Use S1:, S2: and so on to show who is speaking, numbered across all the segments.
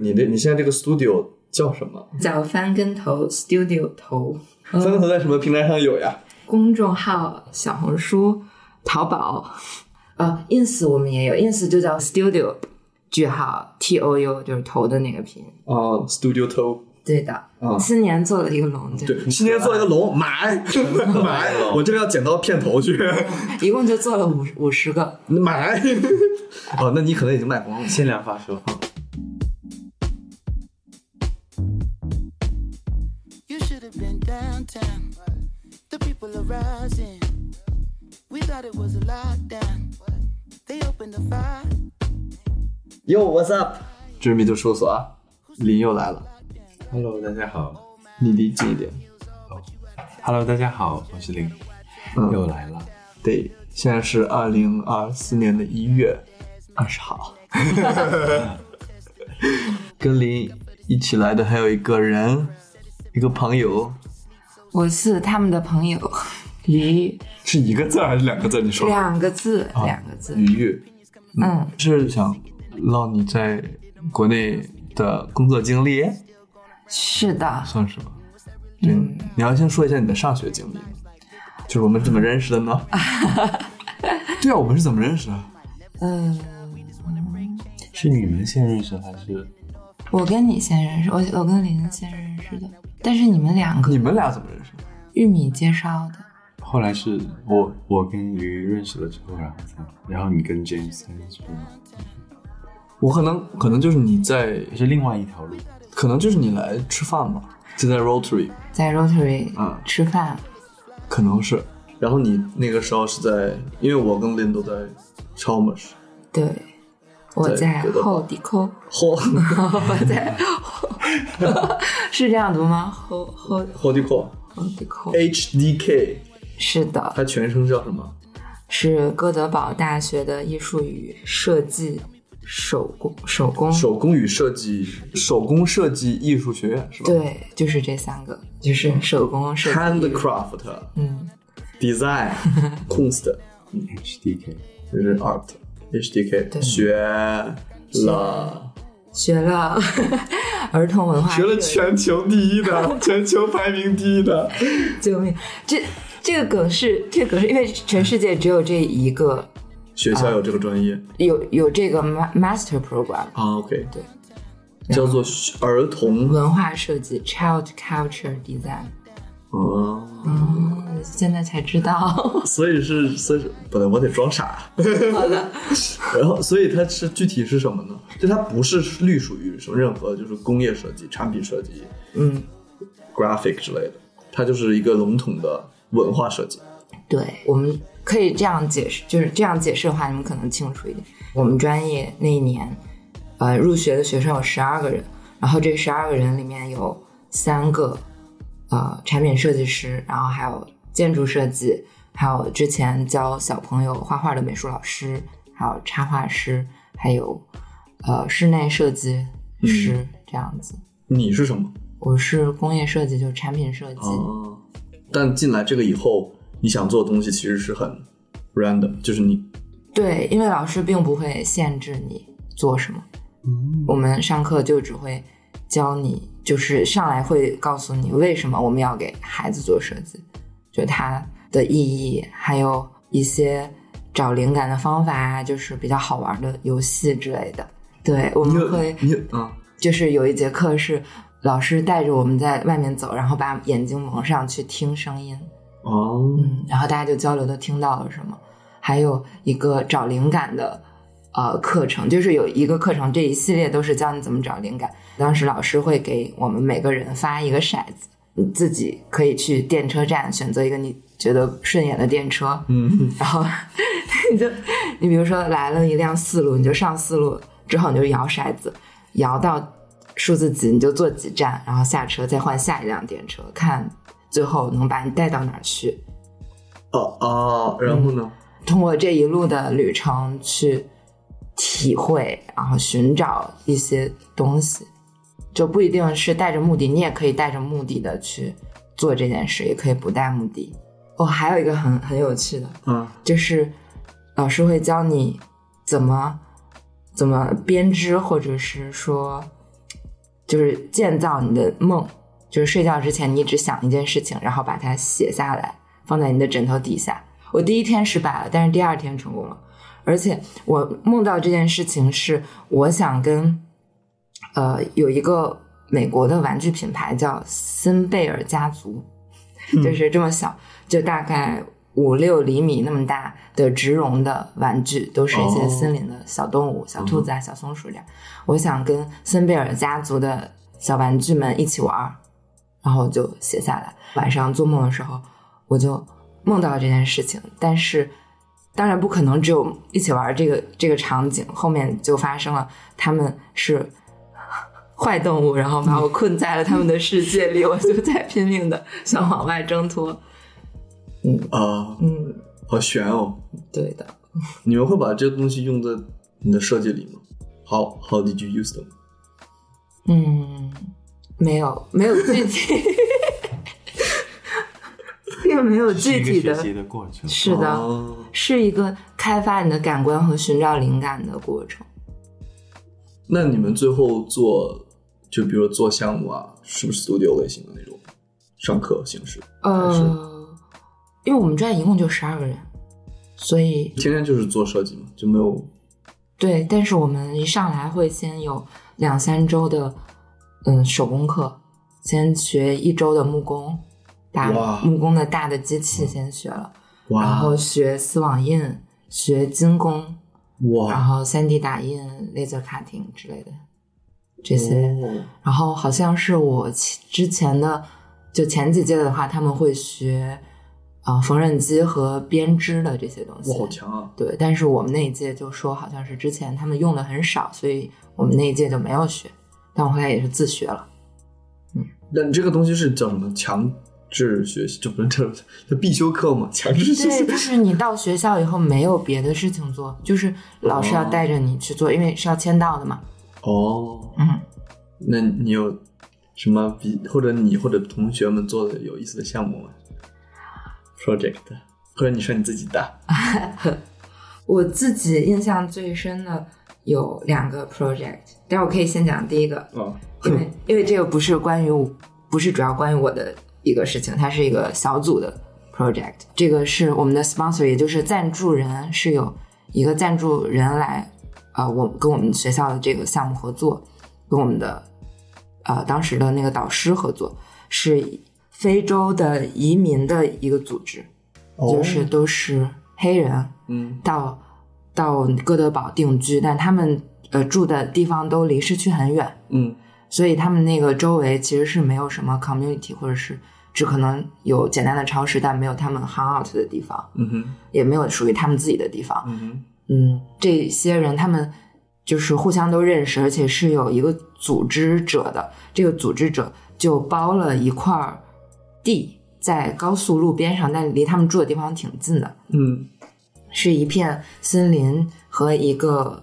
S1: 你的你现在这个 studio 叫什么？
S2: 叫翻跟头 Studio 头，
S1: 三个头在什么平台上有呀？
S2: 公众号、小红书、淘宝，呃，ins 我们也有，ins 就叫 Studio 句号 T O U，就是头的那个拼。
S1: 啊，studio toe。
S2: 对的，
S1: 啊
S2: 新年做了一个龙，对，
S1: 对，新年做一个龙， 买买，我这个要剪到片头去
S2: 一共就做了五五十个。
S1: 买。哦，那你可能已经卖光了。
S3: 限量发售。
S4: You should have been downtown. The people are rising. We thought it was a lockdown. They opened the fire.
S1: Yo, what's up？这是密度事务所啊，林又来了。
S3: Hello，大家好。
S1: 你离近一点。
S3: Hello，大家好，我是林，又来了。
S1: 对，现在是二零二四年的一月二十 号。跟林一起来的还有一个人，一个朋友，
S2: 我是他们的朋友，鱼，
S1: 是一个字儿还是两个字儿？你说
S2: 两个字，两个字，
S1: 愉悦
S2: 嗯，
S1: 是想唠你在国内的工作经历，
S2: 是的，
S1: 算是吧？对，
S2: 嗯
S1: 你要先说一下你的上学经历，就是我们怎么认识的 呢？对啊，我们是怎么认识的？
S2: 嗯，
S3: 是你们先认识还是？
S2: 我跟你先认识，我我跟林先认识的，但是你们两个
S1: 你们俩怎么认识的？
S2: 玉米介绍的，
S3: 后来是我我跟鱼认识了之后，然后才然后你跟 James 认识的吗？
S1: 我可能可能就是你在，
S3: 也是另外一条路。
S1: 可能就是你来吃饭吧，就在 Rotary，
S2: 在 Rotary
S1: 嗯
S2: 吃饭，
S1: 可能是。然后你那个时候是在，因为我跟林都在 Chalmers，
S2: 对，我在
S1: 在国德堡
S2: 后底扣，
S1: 后
S2: 我在后， 是这样读吗？后后
S1: 后 d 扣
S2: 后底扣，
S1: 哎 HDK，
S2: 是的，
S1: 它全称叫什么？
S2: 是哥德堡大学的艺术与设计手工手工
S1: 手工与设计，手工设计艺术学院是吧？
S2: 对，就是这三个，
S1: 嗯
S2: 就是手工设计。
S1: ，Handcraft，
S2: 嗯，
S1: Design Kunst
S3: HDK
S1: 就是 Art HDK
S2: 对
S1: 学了
S2: 学了儿童文化，
S1: 学了，全球第一 的全球排名第一的，
S2: 救命！这这个梗是这个梗是因为全世界只有这一个
S1: 学校有这个专业
S2: 有有这个 ma- master program
S1: 啊，OK，
S2: 对，嗯
S1: 叫做儿童
S2: 文化设计 child culture design。
S1: 啊，
S2: 嗯，现在才知道，
S1: 所以是所以是不对，我得装傻，好的， 然后所以它是具体是什么呢？就它不是隶属于什么任何就是工业设计、产品设计、
S2: 嗯，
S1: graphic 之类的，它就是一个笼统的文化设计。
S2: 对，我们可以这样解释，就是这样解释的话，你们可能清楚一点。我们专业那一年，呃，入学的学生有十二个人，然后这十二个人里面有三个呃产品设计师，然后还有建筑设计，还有之前教小朋友画画的美术老师，还有插画师，还有呃室内设计师、这样子。
S1: 你是什么？
S2: 我是工业设计，就是产品设计。
S1: 哦，但进来这个以后，你想做的东西其实是很 random，就是你
S2: 对，因为老师并不会限制你做什么，
S1: 嗯
S2: 我们上课就只会教你，就是上来会告诉你为什么我们要给孩子做设计，就它的意义，还有一些找灵感的方法啊，就是比较好玩的游戏之类的。对，我
S1: 你
S2: 们
S1: 有
S2: 会
S1: 你有啊，
S2: 就是有一节课是老师带着我们在外面走，然后把眼睛蒙上去听声音，
S1: 哦，
S2: 嗯，然后大家就交流都听到了什么，还有一个找灵感的呃课程，就是有一个课程这一系列都是教你怎么找灵感。当时老师会给我们每个人发一个骰子，你自己可以去电车站选择一个你觉得顺眼的电车，
S1: 嗯，
S2: 然后你就你比如说来了一辆四路，你就上四路之后你就摇骰子，摇到数字几你就坐几站，然后下车再换下一辆电车，看最后能把你带到哪儿去。
S1: 哦哦，然后呢？
S2: 通过这一路的旅程去体会，然后寻找一些东西，就不一定是带着目的，你也可以带着目的的去做这件事，也可以不带目的。哦，还有一个很很有趣的，
S1: 嗯，
S2: 就是老师会教你怎么怎么编织，或者是说就是建造你的梦，就是睡觉之前你一直想一件事情，然后把它写下来，放在你的枕头底下。我第一天失败了，但是第二天成功了，而且我梦到这件事情是我想跟，呃，有一个美国的玩具品牌叫森贝尔家族，就是这么小，就大概五六厘米那么大的植绒的玩具，都是一些
S1: 哦
S2: 森林的小动物，小兔子啊、小松鼠这样。我想跟森贝尔家族的小玩具们一起玩儿，然后就写下来。晚上做梦的时候，我就梦到了这件事情，但是当然不可能只有一起玩这个这个场景，后面就发生了，他们是 坏动物，然后把我困在了他们的世界里，我就在拼命的想往外挣脱。
S1: 啊，
S2: 嗯，
S1: 好悬哦！
S2: 对的，
S1: 你们会把这个东西用在你的设计里吗？How How did you use them？
S2: 嗯，没有没有具体，并没有具体
S3: 一个
S2: 的
S3: 学，习的过程。
S2: 是的。
S1: 哦
S2: 是一个开发你的感官和寻找灵感的过程。
S1: 那你们最后做，就比如说做项目啊，是不是 studio 类型的那种上课形式？还是
S2: 呃，因为我们专业一共就十二个人，所以
S1: 天天就是做设计嘛，就没有
S2: 对，但是我们一上来会先有两三周的嗯手工课，先学一周的木工，把
S1: 哇嗯
S2: 木工的大的机器先学了，然
S1: 哇
S2: 后学丝网印，学精工，然
S1: 哇
S2: 后三 D 打印、laser cutting 之类的这些。
S1: 哦
S2: 然后好像是我其之前的，就前几届的话，他们会学啊、呃缝纫机和编织的这些东西
S1: 哇，。好强啊！
S2: 对，但是我们那一届就说好像是之前他们用的很少，所以我们那一届就没有学。但我后来也是自学了，
S1: 那你这个东西是叫什么？强制学习？这不是这这必修课吗？强制学
S2: 对，
S1: 习
S2: 就？是你到学校以后没有别的事情做，就是老师要
S1: 哦
S2: 带着你去做，因为是要签到的嘛。
S1: 哦，
S2: 嗯，
S1: 那你有什么比或者你或者同学们做的有意思的项目吗？project，或者你说你自己的？
S2: 我自己印象最深的有两个 project，但我可以先讲第一个，
S1: 啊，
S2: 因为因为这个不是关于我，不是主要关于我的一个事情，它是一个小组的 project。这个是我们的 sponsor，也就是赞助人是有一个赞助人来，呃，我跟我们学校的这个项目合作，跟我们的呃当时的那个导师合作，是非洲的移民的一个组织，
S1: 哦
S2: 就是都是黑人，
S1: 嗯
S2: 到到哥德堡定居，但他们呃住的地方都离市区很远。
S1: 嗯
S2: 所以他们那个周围其实是没有什么 community，或者是只可能有简单的超市，但没有他们 hang out 的地方，
S1: 嗯哼
S2: 也没有属于他们自己的地方。
S1: 嗯哼
S2: 嗯，这些人他们就是互相都认识，而且是有一个组织者的。这个组织者就包了一块儿地在高速路边上，但离他们住的地方挺近的。
S1: 嗯
S2: 是一片森林和一个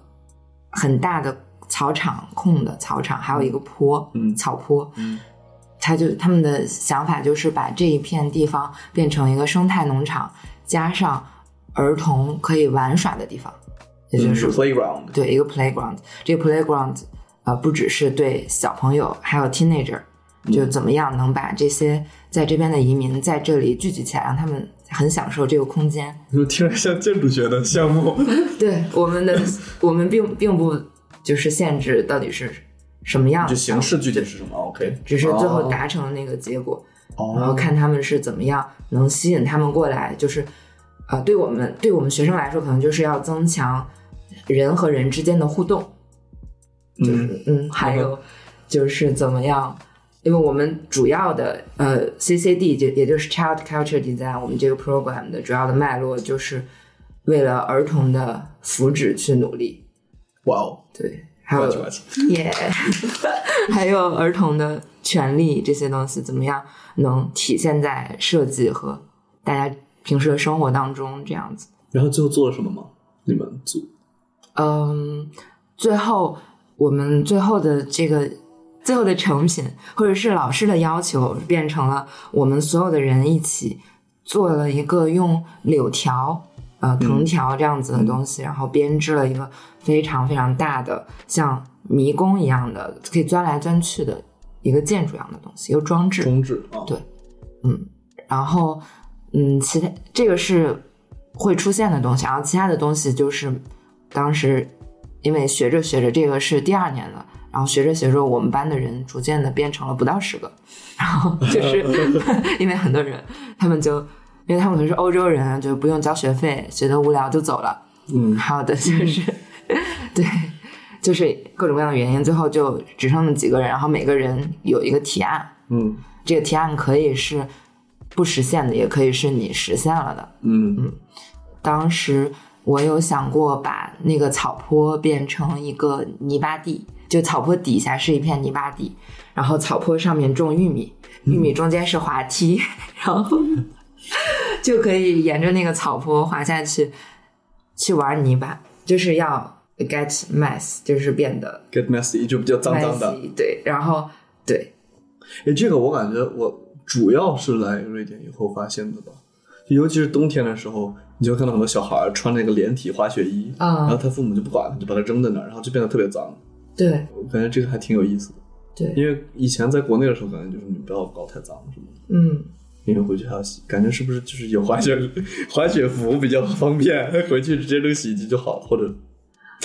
S2: 很大的草场空的草场，还有一个坡，
S1: 嗯
S2: 草坡。
S1: 嗯
S2: 他就他们的想法就是把这一片地方变成一个生态农场，加上儿童可以玩耍的地方，也
S1: 嗯
S2: 就是
S1: playground，
S2: 对一个 playground。这个 playground 呃，不只是对小朋友，还有 teenager，就
S1: 嗯
S2: 怎么样能把这些在这边的移民在这里聚集起来，让他们很享受这个空间。
S1: 就听着像建筑学的项 目。
S2: 对我们的，我们并并不就是限制到底是什么样的
S1: 就形式具体是什么？OK，
S2: 只是最后达成了那个结果，然
S1: 哦，
S2: 后看他们是怎么样能吸引他们过来，就是呃，对我们对我们学生来说，可能就是要增强人和人之间的互动，
S1: 嗯
S2: 嗯，还有就是怎么样。因为我们主要的呃 CCD 就也就是 Child Culture Design，我们这个 program 的主要的脉络就是为了儿童的福祉去努力。
S1: 哇哦，
S2: 对，还
S1: 哇
S2: 有
S1: 唧哇唧，
S2: 耶，还有儿童的权利这些东西，怎么样能体现在设计和大家平时的生活当中？这样子，
S1: 然后最后做了什么吗？你们组
S2: 嗯，最后我们最后的这个最后的成品，或者是老师的要求，变成了我们所有的人一起做了一个用柳条。呃，藤条这样子的东西，然后编织了一个非常非常大的像迷宫一样的，可以钻来钻去的一个建筑一样的东西，一个装置。
S1: 中置啊，
S2: 对嗯，然后嗯，其他这个是会出现的东西，然后其他的东西就是当时因为学着学着，这个是第二年了，然后学着学着，我们班的人逐渐的变成了不到十个，然后就是 因为很多人他们就因为他们可能是欧洲人，啊就不用交学费，觉得无聊就走了。
S1: 嗯，
S2: 好的，就是、对，就是各种各样的原因，最后就只剩那么几个人，然后每个人有一个提案，
S1: 嗯
S2: 这个提案可以是不实现的，也可以是你实现了的。
S1: 嗯
S2: 当时我有想过把那个草坡变成一个泥巴地，就草坡底下是一片泥巴地，然后草坡上面种玉米，玉
S1: 嗯
S2: 米中间是滑梯，然后就可以沿着那个草坡滑下去去玩泥巴，就是要 get mess，就是变得
S1: ，get messy 就比较脏脏的。
S2: messy，对，然后对，
S1: 哎，这个我感觉我主要是来瑞典以后发现的吧，就尤其是冬天的时候，你就会看到很多小孩儿穿那个连体滑雪衣，
S2: 啊
S1: 然后他父母就不管，就把他扔在那儿，然后就变得特别脏。
S2: 对，
S1: 我感觉这个还挺有意思的，
S2: 对，
S1: 因为以前在国内的时候，感觉就是你不要搞太脏什么的。
S2: 嗯。
S1: 因为回去还要洗，感觉是不是就是有滑雪滑雪服比较方便， 回去直接扔洗衣机就好了，或者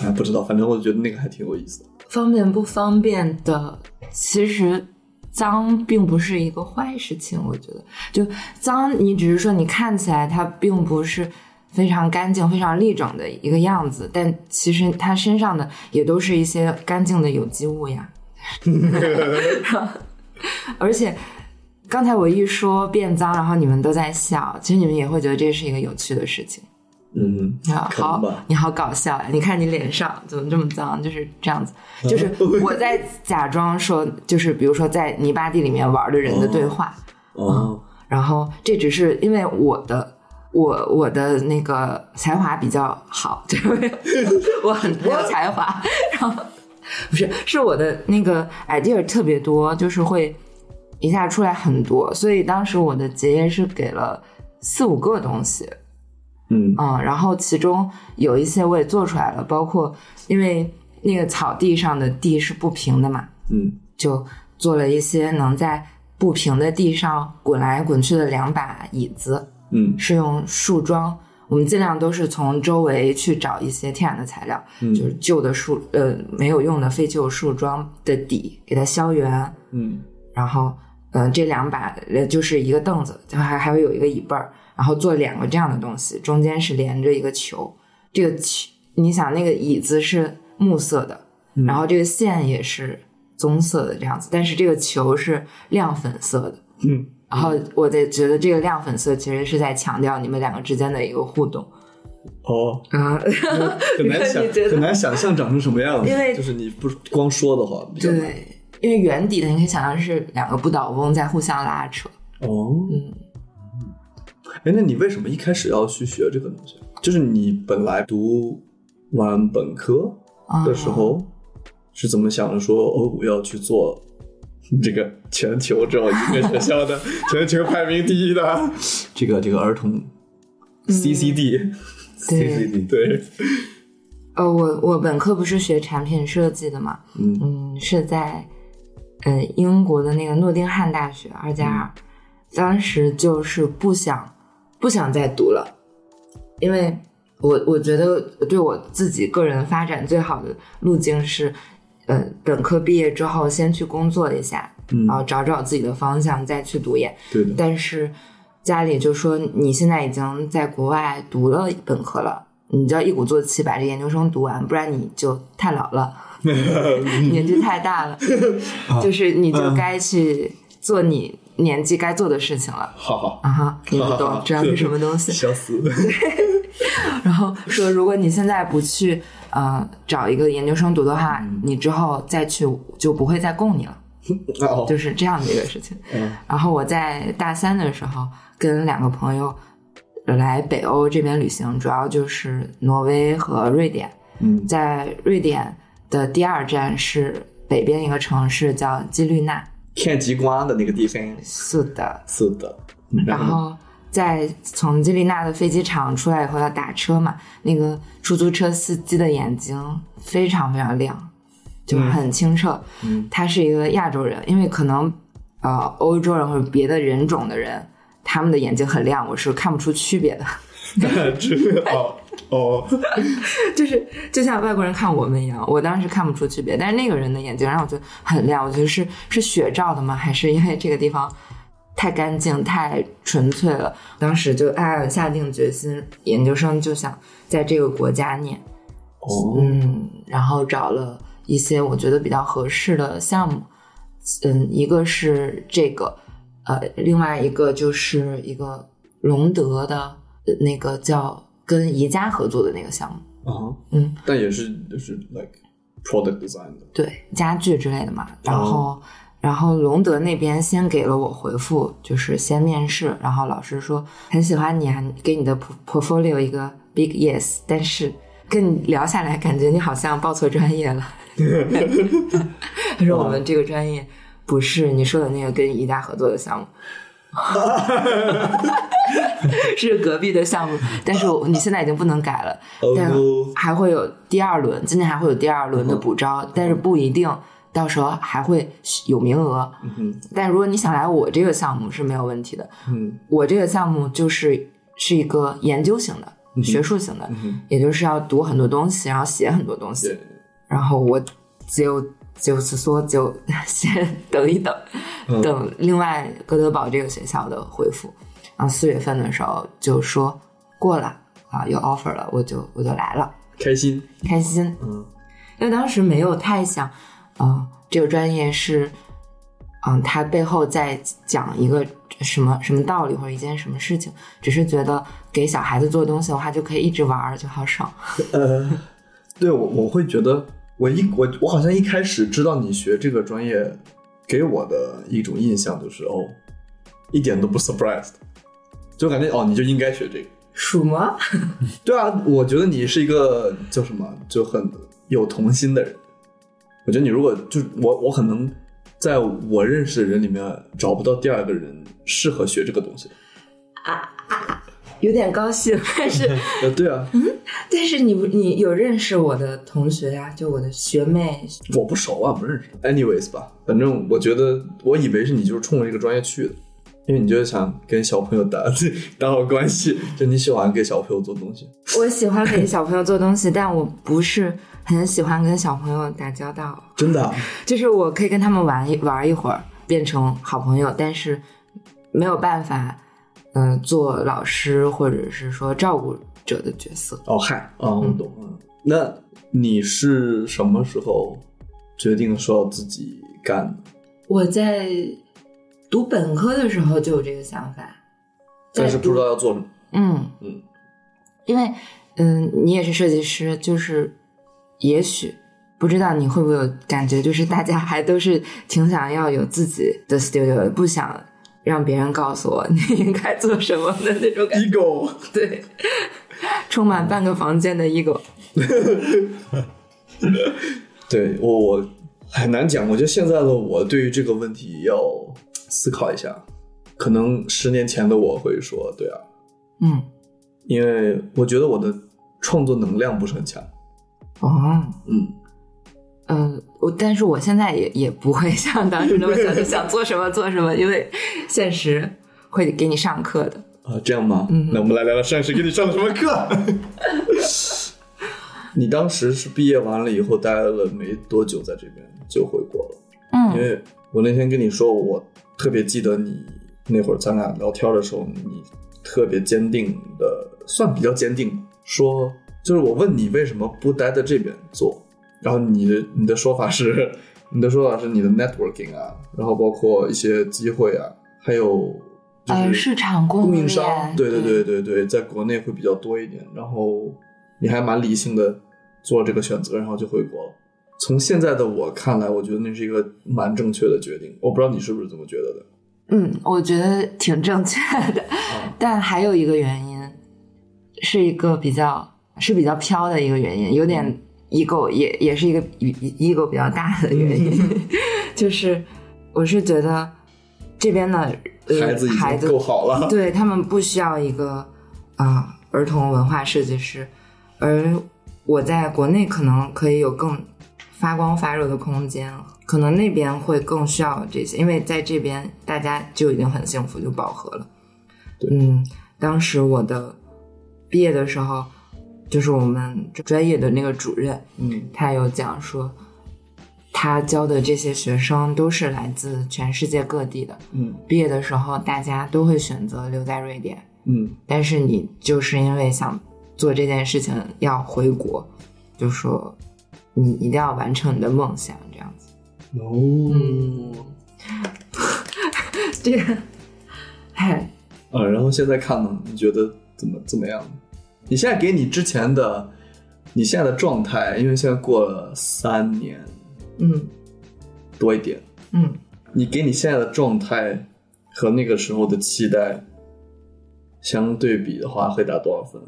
S1: 哎不知道，反正我觉得那个还挺有意思的。
S2: 方便不方便的，其实脏并不是一个坏事情。我觉得，就脏，你只是说你看起来它并不是非常干净、非常立整的一个样子，但其实它身上的也都是一些干净的有机物呀。 而且，刚才我一说变脏，然后你们都在笑，其实你们也会觉得这是一个有趣的事情。
S1: 嗯，
S2: 啊，
S1: 可能
S2: 好
S1: 吧，。
S2: 你好搞笑啊呀！你看你脸上怎么这么脏，就是这样子。
S1: 啊
S2: 就是我在假装说，就是比如说在泥巴地里面玩的人的对话，
S1: 哦，
S2: 然后这只是因为我的我我的那个才华比较好， 对不对？我很很有才华，然后不是是我的那个 idea 特别多，就是会一下出来很多，所以当时我的结业是给了四五个东西，
S1: 嗯
S2: 嗯，然后其中有一些我也做出来了，包括因为那个草地上的地是不平的嘛，
S1: 嗯
S2: 就做了一些能在不平的地上滚来滚去的两把椅子，
S1: 嗯
S2: 是用树桩。我们尽量都是从周围去找一些天然的材料，
S1: 嗯
S2: 就是旧的树，呃，没有用的废旧树桩的底，给它削圆，
S1: 嗯
S2: 然后，嗯、这两把呃就是一个凳子，然后还还会有一个椅背儿，然后做两个这样的东西，中间是连着一个球。这个球，你想那个椅子是木色的，
S1: 嗯
S2: 然后这个线也是棕色的这样子，但是这个球是亮粉色的。
S1: 嗯，
S2: 然后我得觉得这个亮粉色其实是在强调你们两个之间的一个互动
S1: 哦，
S2: 啊。
S1: 很难想
S2: 你觉得
S1: 很难想象长成什么样子，
S2: 因为
S1: 就是你不光说的话比较难。
S2: 对，因为圆底的你可以想象是两个不倒翁在互相拉扯。
S1: 哦，
S2: 嗯，
S1: 哎，那你为什么一开始要去学这个东西？啊就是你本来读完本科，
S2: 啊
S1: 的时候，是怎么想着说，哦，我要去做这个全球只有一个学校的全球排名第一的这个这个儿童
S2: 嗯
S1: CCD？、
S2: 对
S3: CCD
S1: 对，
S2: 呃，我我本科不是学产品设计的嘛，
S1: 嗯
S2: 嗯，是在呃英国的那个诺丁汉大学二加二，当时就是不想不想再读了，因为我我觉得对我自己个人发展最好的路径是，呃，本科毕业之后先去工作一下，
S1: 嗯
S2: 然后找找自己的方向，再去读研。
S1: 对的，
S2: 但是家里就说你现在已经在国外读了本科了，你就要一鼓作气把这研究生读完，不然你就太老 了，年纪太大 了，就是你就该去做你年纪该做的事情了。
S1: 好好，
S2: 啊哈，你不懂这样是什么东西？
S1: 笑死，
S2: 然后说，如果你现在不去呃找一个研究生读的话，你之后再去就不会再供你了。
S1: 哦，
S2: 就是这样的一个事情。
S1: 嗯
S2: 然后我在大三的时候跟两个朋友来北欧这边旅行，主要就是挪威和瑞典。
S1: 嗯
S2: 在瑞典的第二站是北边一个城市叫基律纳，
S1: 看极光的那个地方，
S2: 是的。
S1: 是的，
S2: 然后在从基律纳的飞机场出来以后要打车嘛，那个出租车司机的眼睛非常非常亮，就很清澈。
S1: 嗯
S2: 他是一个亚洲人，因为可能呃欧洲人或者别的人种的人，他们的眼睛很亮，我是看不出区别的。
S1: 知道 哦，
S2: 就是就像外国人看我们一样，我当时看不出区别，但是那个人的眼睛让我觉得很亮，我觉得是是雪照的吗？还是因为这个地方太干净、太纯粹了？当时就暗暗下定决心，研究生就想在这个国家念，
S1: 哦，
S2: 嗯，然后找了一些我觉得比较合适的项目，嗯，一个是这个，呃，另外一个就是一个隆德的呃那个叫跟宜家合作的那个项目。
S1: 啊，
S2: 嗯，
S1: 但也是就是 like product design 的，
S2: 对家具之类的嘛。然后，然后隆德那边先给了我回复，就是先面试，然后老师说很喜欢你啊，给你的 por- portfolio 一个 big yes，但是跟你聊下来，感觉你好像报错专业了。他说我们这个专业不是你说的那个跟宜家合作的项目。是隔壁的项目，但是我你现在已经不能改了。但
S1: 哦
S2: 还会有第二轮，今年还会有第二轮的补招，但是不一定到时候还会有名额。
S1: 嗯
S2: 但如果你想来我这个项目是没有问题的，
S1: 嗯
S2: 我这个项目就是是一个研究型的、学术型的，
S1: 嗯，
S2: 也就是要读很多东西，然后写很多东西。
S1: 对，
S2: 然后我就就是说就先等一等，
S1: 嗯
S2: 等另外哥德堡这个学校的回复。然后四月份的时候就说过了啊，有 offer 了，我就我就来了，
S1: 开心，
S2: 开心。
S1: 嗯
S2: 因为当时没有太想，嗯、这个专业是，嗯、它背后在讲一个什么什么道理或者一件什么事情，只是觉得给小孩子做东西的话，就可以一直玩儿，就好爽。
S1: 呃，对我我会觉得，我一我我好像一开始知道你学这个专业，给我的一种印象就是哦，一点都不 surprised，就感觉哦你就应该学这个。
S2: 数吗？
S1: 对啊，我觉得你是一个叫什么，就很有童心的人。我觉得你如果就我，我可能在我认识的人里面找不到第二个人适合学这个东西。
S2: 有点高兴，但是
S1: 呃，对啊，
S2: 但是你不你有认识我的同学呀、就我的学妹，
S1: 我不熟啊，不认识。Anyways 吧，反正我觉得，我以为是你就是冲着这个专业去的，因为你就是想跟小朋友打 打好关系，就你喜欢给小朋友做东西。
S2: 我喜欢给小朋友做东西，但我不是很喜欢跟小朋友打交道，
S1: 真的啊、
S2: 就是我可以跟他们玩一玩一会儿，变成好朋友，但是没有办法，嗯、做老师或者是说照顾者的角色。
S1: 哦，嗨，啊，我懂了。那你是什么时候决定说要自己干的？
S2: 我在读本科的时候就有这个想法，
S1: 但是不知道要做什么。
S2: 嗯，
S1: 嗯
S2: 嗯，因为嗯，你也是设计师，就是也许不知道你会不会有感觉，就是大家还都是挺想要有自己的 studio，的不想让别人告诉我你应该做什么的那种感觉，
S1: ego，
S2: 对，充满半个房间的 ego。
S1: 对我我很难讲。我觉得现在的我对于这个问题要思考一下。可能十年前的我会说，对啊，
S2: 嗯，
S1: 因为我觉得我的创作能量不是很强。
S2: 哦，
S1: 嗯，
S2: 嗯，我但是我现在也也不会像当时那么想，就想做什么做什么，因为现实会给你上课的。
S1: 啊，这样吗？那我们来聊聊上师给你上的什么课。你当时是毕业完了以后待了没多久，在这边就回国了。因
S2: 嗯
S1: 为我那天跟你说，我特别记得你那会儿咱俩聊天的时候，你特别坚定的，算比较坚定，说就是我问你为什么不待在这边做，然后你的你的说法是，你的说法是你的 networking 啊，然后包括一些机会啊，还有就是、
S2: 呃，市场供
S1: 供
S2: 应
S1: 应
S2: 链
S1: 商，对对对对对，在国内会比较多一点。然后你还蛮理性的做了这个选择，然后就回国了。从现在的我看来，我觉得那是一个蛮正确的决定。我不知道你是不是这么觉得的。
S2: 嗯，我觉得挺正确的，
S1: 嗯
S2: 但还有一个原因，是一个比较是比较飘的一个原因，
S1: 嗯
S2: 有点 ego，也也是一个 ego 比较大的原
S1: 嗯
S2: 因， 就是我是觉得这边的、呃、
S1: 孩子已经够好 了，
S2: 对他们不需要一个啊、儿童文化设计师，而我在国内可能可以有更发光发热的空间了。可能那边会更需要这些，因为在这边大家就已经很幸福，就饱和了。嗯，当时我的毕业的时候，就是我们专业的那个主任，
S1: 嗯，
S2: 他有讲说，他教的这些学生都是来自全世界各地的。
S1: 嗯
S2: 毕业的时候，大家都会选择留在瑞典，
S1: 嗯
S2: 但是你就是因为想做这件事情要回国，就说你一定要完成你的梦想，这样 子。
S1: 哦，
S2: 这个，哎，
S1: 啊，然后现在看呢，你觉得怎么怎么样？你现在给你之前的，你现在的状态，因为现在过了三年
S2: 嗯
S1: 多一点，
S2: 嗯，
S1: 你给你现在的状态和那个时候的期待相对比的话，会打多少分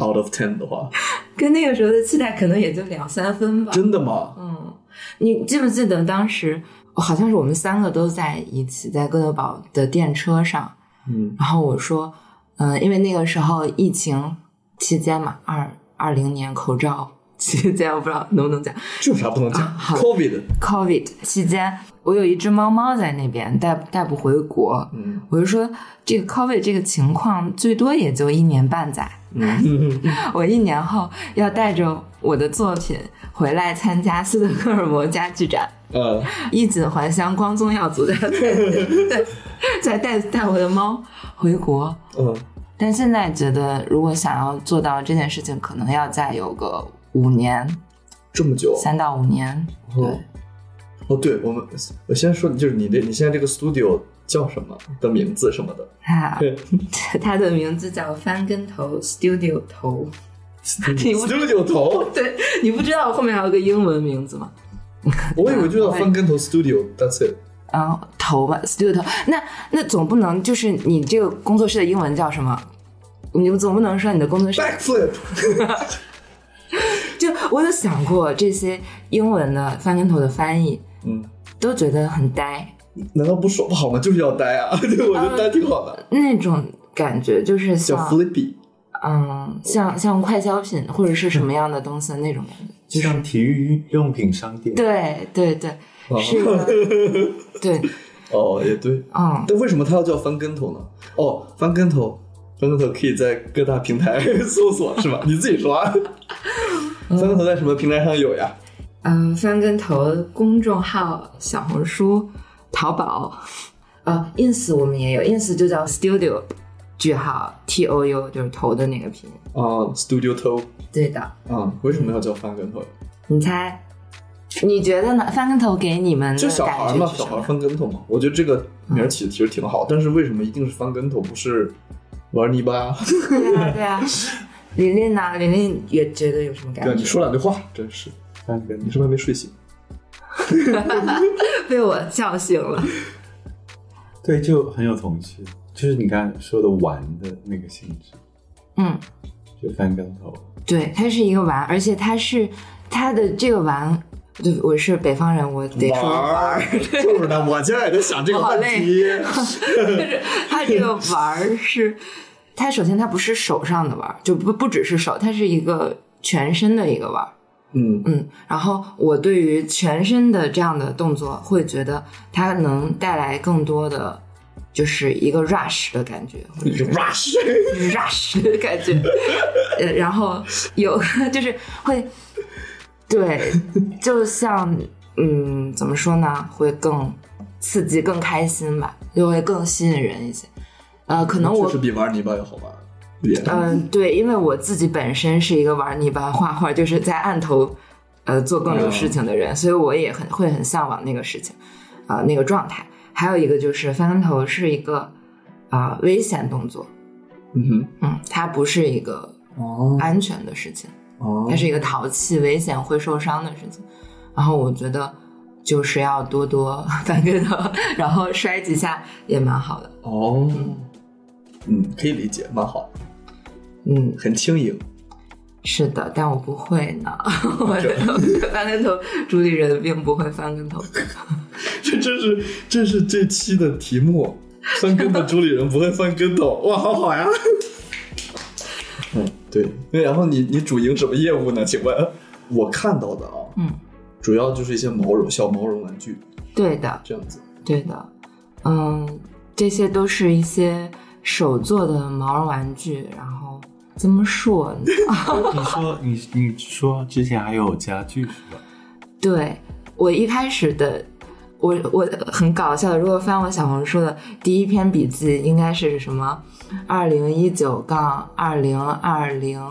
S1: ？Out of ten 的话，
S2: 跟那个时候的期待可能也就两三分吧。
S1: 真的吗？
S2: 嗯，你记不记得当时哦好像是我们三个都在一起，在哥德堡的电车上，
S1: 嗯
S2: 然后我说，嗯、因为那个时候疫情期间嘛，二二零年口罩 期间，我不知道能不能讲
S1: 这有啥不能讲、
S2: 啊好
S1: c o v i d
S2: ，COVID 期间，我有一只猫猫在那边带带不回国，
S1: 嗯
S2: 我就说这个 COVID 这个情况最多也就一年半载，
S1: 嗯，
S2: 我一年后要带着我的作品回来参加斯德哥尔摩家具展。
S1: 呃，
S2: 衣锦还乡，光宗耀祖的， 对，对再带带我的猫回国。
S1: 嗯，
S2: 但现在觉得，如果想要做到这件事情，可能要再有个五年，
S1: 这么久，
S2: 三到五年。
S1: 哦
S2: 对，
S1: 哦，对，我们我先说，就是你这你现在这个 studio 叫什么的名字什么的？
S2: 它
S1: 对
S2: 它的名字叫翻跟头 Studio 头， 你不
S1: ，studio 头，
S2: 对你不知道我后面还有个英文名字吗？
S1: 我以为就叫
S2: 哎
S1: 翻跟头 studio，that's it。
S2: 嗯，头吧，studio 头。那那总不能就是你这个工作室的英文叫什么？你们总不能说你的工作室
S1: Backflip，
S2: 就我有想过这些英文的翻跟头的翻译，
S1: 嗯，
S2: 都觉得很呆，
S1: 难道不说不好吗？就是要呆啊， 对，我觉得呆挺好的，
S2: 那种感觉就是
S1: 叫
S2: 像
S1: Flippy，
S2: 嗯，像像快消品或者是什么样的东西的那种感觉。
S3: 就像体育用品商店，
S2: 对对对，
S1: 哦
S2: 是的， 对，
S1: 哦，也对，
S2: 嗯，
S1: 但为什么它要叫翻跟头呢？哦，翻跟头，翻跟头可以在各大平台 搜索是吧？你自己说、啊，翻跟头在什么平台上有呀？
S2: 嗯，翻跟头公众号、小红书、淘宝，呃，ins 我们也有，ins 就叫 studio 句号 t o u 就是头的那个拼，
S1: 啊、s t u d i o Toe，
S2: 对的。
S1: 啊、为什么要叫翻跟头？
S2: 嗯你猜，你觉得呢？翻跟头给你们
S1: 就
S2: 的
S1: 小孩
S2: 感
S1: 嘛，
S2: 觉是嗯
S1: 小
S2: 什
S1: 孩
S2: 么？
S1: 翻跟头嘛。我觉得这个名儿起的其实挺好，但是为什么一定是翻跟头，不是玩泥巴？
S2: 对 啊，对啊。琳琳呢？琳琳也觉得有什么 感
S1: 对，你
S2: 觉？
S1: 说两句话，真是，
S3: 翻跟
S1: 你是不是还没睡醒？
S2: 被我叫醒了。
S3: 对，就很有童趣，就是你刚才说的玩的那个性质，
S2: 嗯，
S3: 就翻跟头，
S2: 对，它是一个玩，而且它是它的这个玩，对，我是北方人，我得说，
S1: 儿，就是的，我今儿也在想这个
S2: 我好
S1: 问
S2: 累
S1: 题。
S2: 它这个玩是，它首先它不是手上的玩，就不不只是手，它是一个全身的一个玩。
S1: 嗯
S2: 嗯，然后我对于全身的这样的动作，会觉得它能带来更多的，就是一个 rush 的感觉，或者是
S1: ，rush，
S2: rush 的 感觉，呃，然后有 就是会，对，就像嗯，怎么说呢，会更刺激、更开心吧，就会更吸引人一些。呃，可能我
S1: 确实比玩泥巴要好玩。也
S2: 嗯，对，因为我自己本身是一个玩泥巴画画，就是在案头，呃，做各种事情的人，所以我也很会很向往那个事情，啊、那个状态。还有一个就是翻跟头是一个啊、危险动作，
S1: 嗯
S2: 嗯，它不是一个
S1: 哼，哦
S2: 安全的事情，
S1: 哦
S2: 它是一个淘气、危险、会受伤的事情。然后我觉得就是要多多翻跟头，然后摔几下也蛮好的，
S1: 哦，嗯，可以理解，蛮好，
S2: 嗯。
S1: 很轻盈。
S2: 是的，但我不会呢。我的翻跟头主理人并不会翻跟头。
S1: 这真是这是这期的题目，翻跟头主理人不会翻跟头，哇，好好呀。嗯，对。那然后你你主营什么业务呢？请问？我看到的啊，
S2: 嗯，
S1: 主要就是一些毛绒小毛绒玩具
S2: 对的，
S1: 这样子。
S2: 对的，嗯，这些都是一些手做的毛绒玩具，然后怎么说呢？
S3: 你说你你说之前还有家具是吧？
S2: 对我一开始的，我我很搞笑的。如果翻我小红书的第一篇笔记，应该是什么？二零一九杠二零二零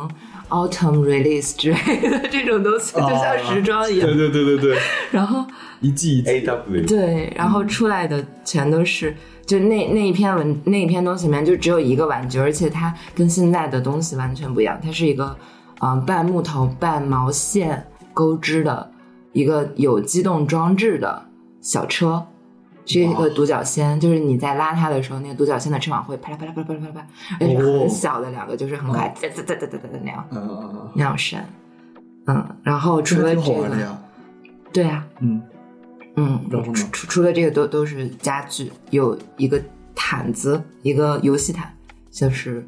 S2: autumn release 之类的这种东西，就像时装一样。
S1: 对对对对，
S2: 然后
S1: 一季一季
S3: A W
S2: 对，然后出来的全都是，就那那一篇文那一篇东西里面就只有一个玩具，而且它跟现在的东西完全不一样，它是一个嗯、呃半木头半毛线钩织的一个有机动装置的小车，是一个独角仙，就是你在拉它的时候，那个独角仙的翅膀会啪啦啪啦啪啦啪啦啪啦，而且是
S1: 哦
S2: 很小的两个，就是很快哒哒哒哒哒哒那样
S1: 嗯嗯嗯，
S2: 那样闪，嗯，然后除
S1: 这还
S2: 了这
S1: 挺好玩的
S2: 个，
S1: 呀。
S2: 对啊，
S1: 嗯，
S2: 嗯，
S1: 然后呢
S2: 除除除了这个都都是家具，有一个毯子，一个游戏毯，就是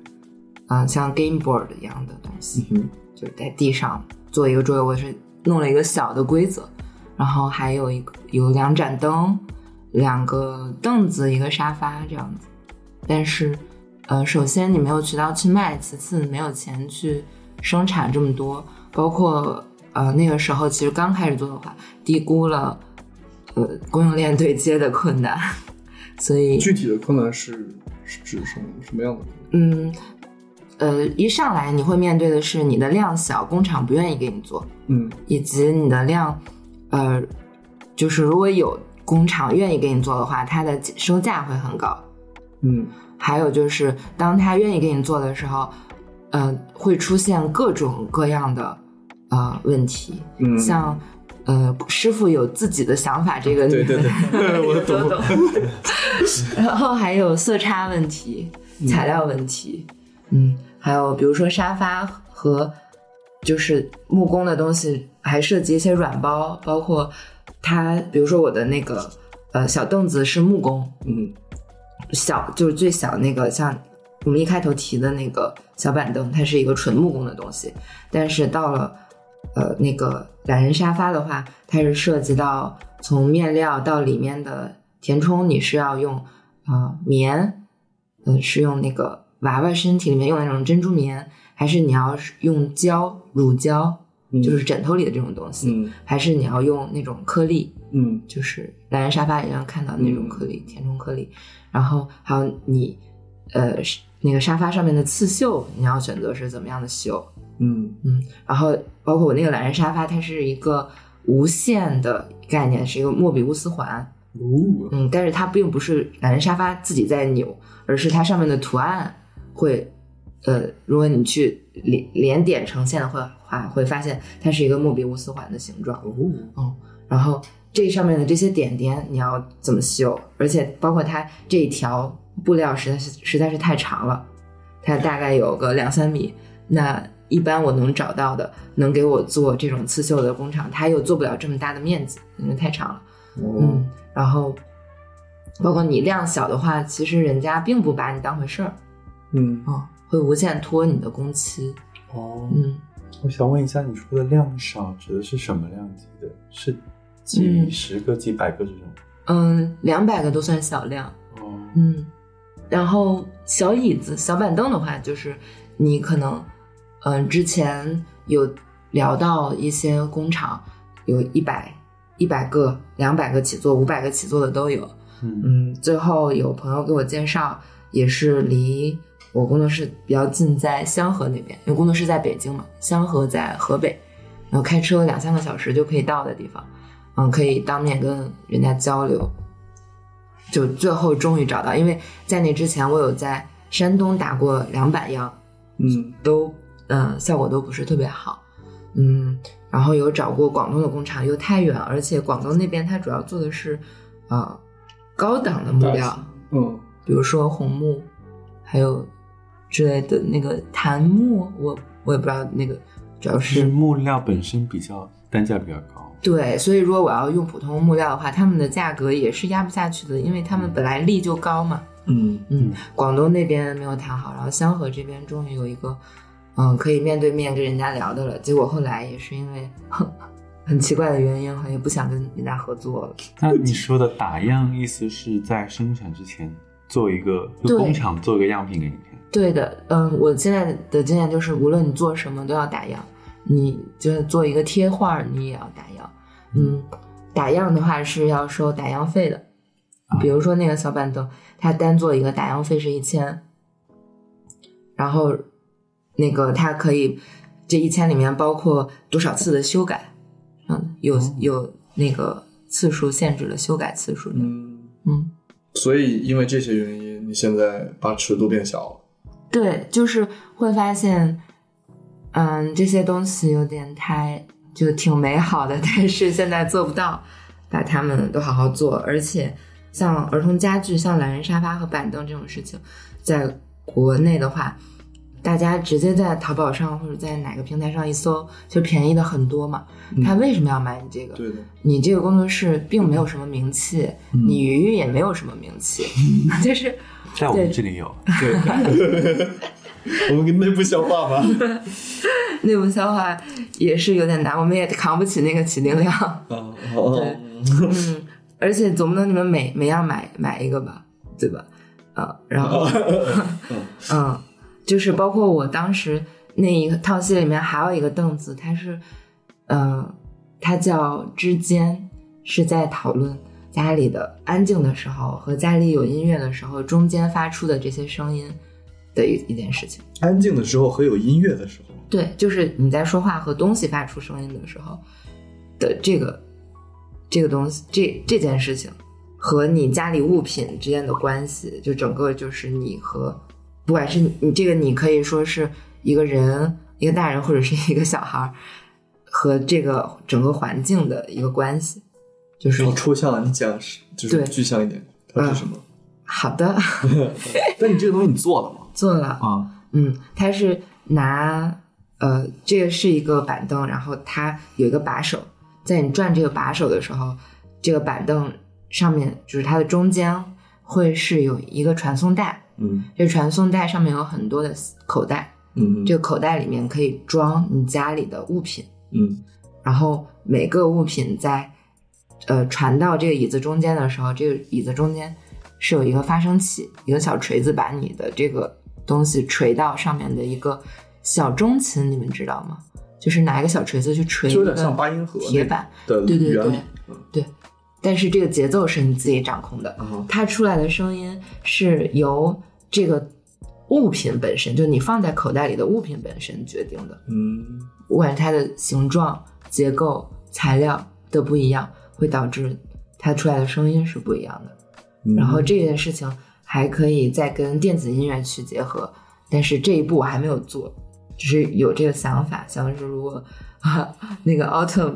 S2: 啊、呃像 game board 一样的东西，
S1: 嗯
S2: 就是在地上做一个桌游。我是弄了一个小的规则，然后还有一个有两盏灯，两个凳子，一个沙发这样子。但是，呃，首先你没有渠道去卖，其次没有钱去生产这么多，包括呃那个时候其实刚开始做的话，低估了呃供应链对接的困难， 所以
S1: 具体的困难是是指什么什么样的？
S2: 嗯呃一上来你会面对的是你的量小，工厂不愿意给你做，
S1: 嗯
S2: 以及你的量，呃，就是如果有工厂愿意给你做的话，它的售价会很高。
S1: 嗯
S2: 还有就是，当他愿意给你做的时候，呃，会出现各种各样的呃问题，
S1: 嗯，
S2: 像呃，师傅有自己的想法，这个
S1: 对对对
S2: 你
S1: 我
S2: 们都
S1: 懂
S2: 懂。然后还有色差问题、材料问题，嗯，还有比如说沙发和就是木工的东西，还涉及一些软包，包括它，比如说我的那个呃小凳子是木工，
S1: 嗯
S2: 小就是最小那个，像我们一开头提的那个小板凳，它是一个纯木工的东西，但是到了呃那个懒人沙发的话，它是涉及到从面料到里面的填充，你是要用啊、呃棉，嗯、是用那个娃娃身体里面用的那种珍珠棉，还是你要是用胶乳胶，
S1: 嗯
S2: 就是枕头里的这种东西，
S1: 嗯
S2: 还是你要用那种颗粒，
S1: 嗯
S2: 就是懒人沙发也能看到那种颗粒，填充颗粒。然后还有你，呃，是那个沙发上面的刺绣，你要选择是怎么样的绣。
S1: 嗯
S2: 然后包括我那个懒人沙发，它是一个无线的概念，是一个莫比乌斯环。
S1: 哦
S2: 嗯，但是它并不是懒人沙发自己在扭，而是它上面的图案会，呃，如果你去连连点呈现的话，会发现它是一个莫比乌斯环的形状。
S1: 哦，
S2: 然后这上面的这些点点你要怎么绣，而且包括它这一条布料实在是实在是太长了，它大概有个两三米。那一般我能找到的能给我做这种刺绣的工厂，它又做不了这么大的面积，因为太长了。
S1: 哦
S2: 嗯，然后包括你量小的话，其实人家并不把你当回事儿
S1: 嗯
S2: 啊、会无限拖你的工期。
S3: 哦
S2: 嗯，
S3: 我想问一下，你说的量少指的是什么量级的？是几
S2: 嗯
S3: 十个、几百个这种？
S2: 嗯，两百个都算小量。
S3: 哦，
S2: 嗯，然后小椅子、小板凳的话，就是你可能，嗯、之前有聊到一些工厂有一百、一百个、两百个起坐、五百个起坐的都有。
S3: 嗯
S2: 嗯，最后有朋友给我介绍，也是离我工作室比较近，在香河那边，因为工作室在北京嘛，香河在河北，然后开车两三个小时就可以到的地方，嗯，可以当面跟人家交流。就最后终于找到，因为在那之前我有在山东打过两百样，
S1: 嗯
S2: 都嗯、呃效果都不是特别好，嗯，然后有找过广东的工厂，又太远，而且广东那边它主要做的是呃高档的木料，
S1: 嗯
S2: 比如说红木，还有之类的那个檀木，我我也不知道那个主要
S3: 是
S2: 是
S3: 木料本身比较单价比较高。
S2: 对，所以如果我要用普通木料的话，他们的价格也是压不下去的，因为他们本来力就高嘛，
S1: 嗯
S2: 嗯
S3: 嗯，
S2: 广东那边没有谈好，然后香河这边终于有一个，嗯，可以面对面跟人家聊的了。结果后来也是因为 很奇怪的原因，好像也不想跟人家合作了。
S3: 那你说的打样，意思是在生产之前做一个，
S2: 对
S3: 就工厂做一个样品给你看。
S2: 对的，嗯，我现在的经验就是，无论你做什么都要打样，你就是做一个贴画，你也要打样。嗯，打样的话是要收打样费的，比如说那个小板凳，它单做一个打样费是一千，然后那个它可以这一千里面包括多少次的修改，嗯，有有那个次数限制了修改次数的，
S1: 嗯，
S2: 嗯。
S1: 所以因为这些原因，你现在把尺度变小了。
S2: 对，就是会发现，嗯，这些东西有点太就挺美好的， 但是现在做不到，把它们都好好做。而且像儿童家具、像懒人沙发和板凳这种事情，在国内的话，大家直接在淘宝上或者在哪个平台上一搜，就便宜的很多嘛。他为什么要买你这个？
S1: 对的，
S2: 你这个工作室并没有什么名气，你鱼鱼也没有什么名气，就是
S3: 在我们
S2: 对
S3: 这里有，
S1: 对，我们跟内部消化吧。
S2: 内部消化也是有点难，我们也扛不起那个起订量。
S1: 啊，哦，
S2: 嗯，而且总不能你们每每样买买一个吧，对吧？啊，然
S1: 哦
S2: 后嗯，就是包括我当时那一套戏里面还有一个凳子，它是，呃，它叫之间，是在讨论家里的安静的时候和家里有音乐的时候中间发出的这些声音的一一件事情。
S1: 安静的时候和有音乐的时候，
S2: 对，就是你在说话和东西发出声音的时候的这个这个东西，这这件事情和你家里物品之间的关系，就整个就是你和不管是你你这个，你可以说是一个人、一个大人或者是一个小孩儿和这个整个环境的一个关系，就是
S1: 好抽象啊！你讲是就是
S2: 对
S1: 具象一点，它是什么？
S2: 好的
S1: 但你这个东西你做了吗？
S2: 做了，
S1: 啊，
S2: 嗯，他是拿呃，这个是一个板凳，然后它有一个把手，在你转这个把手的时候，这个板凳上面就是它的中间会是有一个传送带，
S1: 嗯
S2: 这传送带上面有很多的口袋，
S1: 嗯
S2: 这个口袋里面可以装你家里的物品，
S1: 嗯
S2: 然后每个物品在呃传到这个椅子中间的时候，这个椅子中间是有一个发声器，一个小锤子把你的这个东西锤到上面的一个小钟琴，你们知道吗？就是拿一个小锤子去锤，
S1: 就有点像八音盒那
S2: 铁板，
S1: 的
S2: 对对
S1: 原
S2: 对
S1: 理。嗯
S2: 对，但是这个节奏是你自己掌控的，
S1: 啊，
S2: 它出来的声音是由这个物品本身，就你放在口袋里的物品本身决定的。
S1: 嗯
S2: 不管它的形状、结构、材料的不一样，会导致它出来的声音是不一样的。
S1: 嗯，
S2: 然后这件事情还可以再跟电子音乐去结合，但是这一步我还没有做，只是有这个想法，想的是如果啊那个 autumn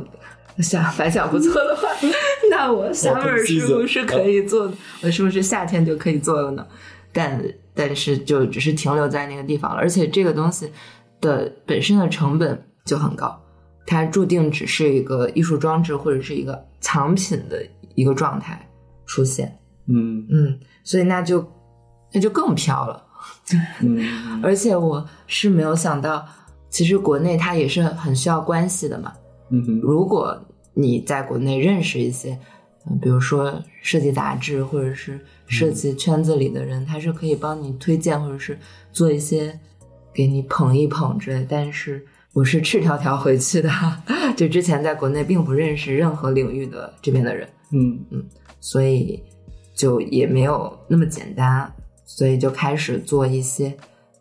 S2: 想反响不错的话， 那我 summer 是不是可以做的？我是不是夏天就可以做了呢？但但是就只是停留在那个地方了，而且这个东西的本身的成本就很高，它注定只是一个艺术装置或者是一个藏品的一个状态出现。
S1: 嗯
S2: 嗯，所以那就那就更飘了。
S1: 嗯
S2: 而且我是没有想到，其实国内它也是很需要关系的嘛。
S1: 嗯哼
S2: 如果你在国内认识一些，呃比如说设计杂志或者是设计圈子里的人，他是可以帮你推荐或者是做一些给你捧一捧之类。但是我是赤条条回去的， 就之前在国内并不认识任何领域的这边的人。
S1: 嗯
S2: 所以就也没有那么简单，所以就开始做一些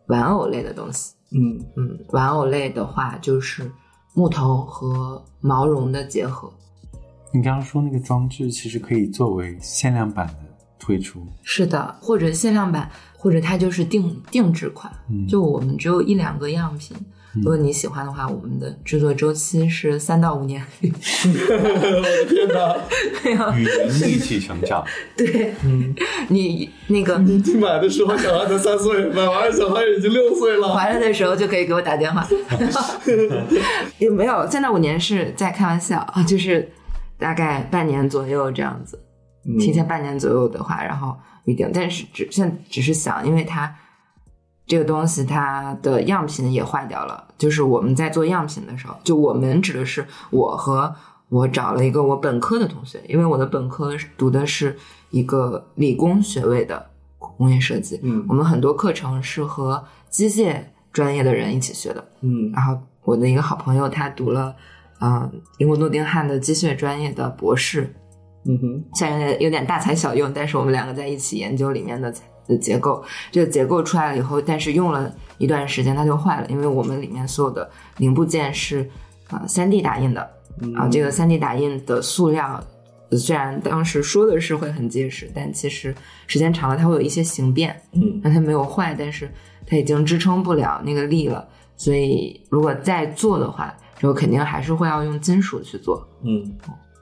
S2: 玩偶类的东西。
S1: 嗯
S2: 嗯，玩偶类的话就是木头和毛绒的结合。
S3: 你刚刚说那个装置其实可以作为限量版的推出，
S2: 是的，或者限量版，或者它就是定定制款，
S3: 嗯
S2: 就我们只有一两个样品。如果你喜欢的话，我们的制作周期是三到五年。
S3: 与人一起成长。
S2: 对，
S1: 嗯，
S2: 你那个
S1: 你你买的时候小孩才三岁，买完小孩已经六岁了。
S2: 怀了的时候就可以给我打电话。 也没有，三到五年是在开玩笑啊，就是大概半年左右这样子，提前半年左右的话，然后预定。但是只现在只是想，因为它这个东西它的样品也坏掉了，就是我们在做样品的时候，就我们指的是我和我找了一个我本科的同学，因为我的本科读的是一个理工学位的工业设计，
S1: 嗯
S2: 我们很多课程是和机械专业的人一起学的。
S1: 嗯
S2: 然后我的一个好朋友他读了，呃，英国诺丁汉的机械专业的博士，
S1: 嗯哼，
S2: 虽然有点有点大材小用，但是我们两个在一起研究里面的材的结构，这个结构出来了以后，但是用了一段时间它就坏了，因为我们里面所有的零部件是啊三 D 打印的
S1: 嗯
S2: 啊，这个三 D 打印的塑料呃虽然当时说的是会很结实，但其实时间长了它会有一些形变，
S1: 嗯
S2: 那它没有坏，但是它已经支撑不了那个力了，所以如果再做的话，就肯定还是会要用金属去做，
S1: 嗯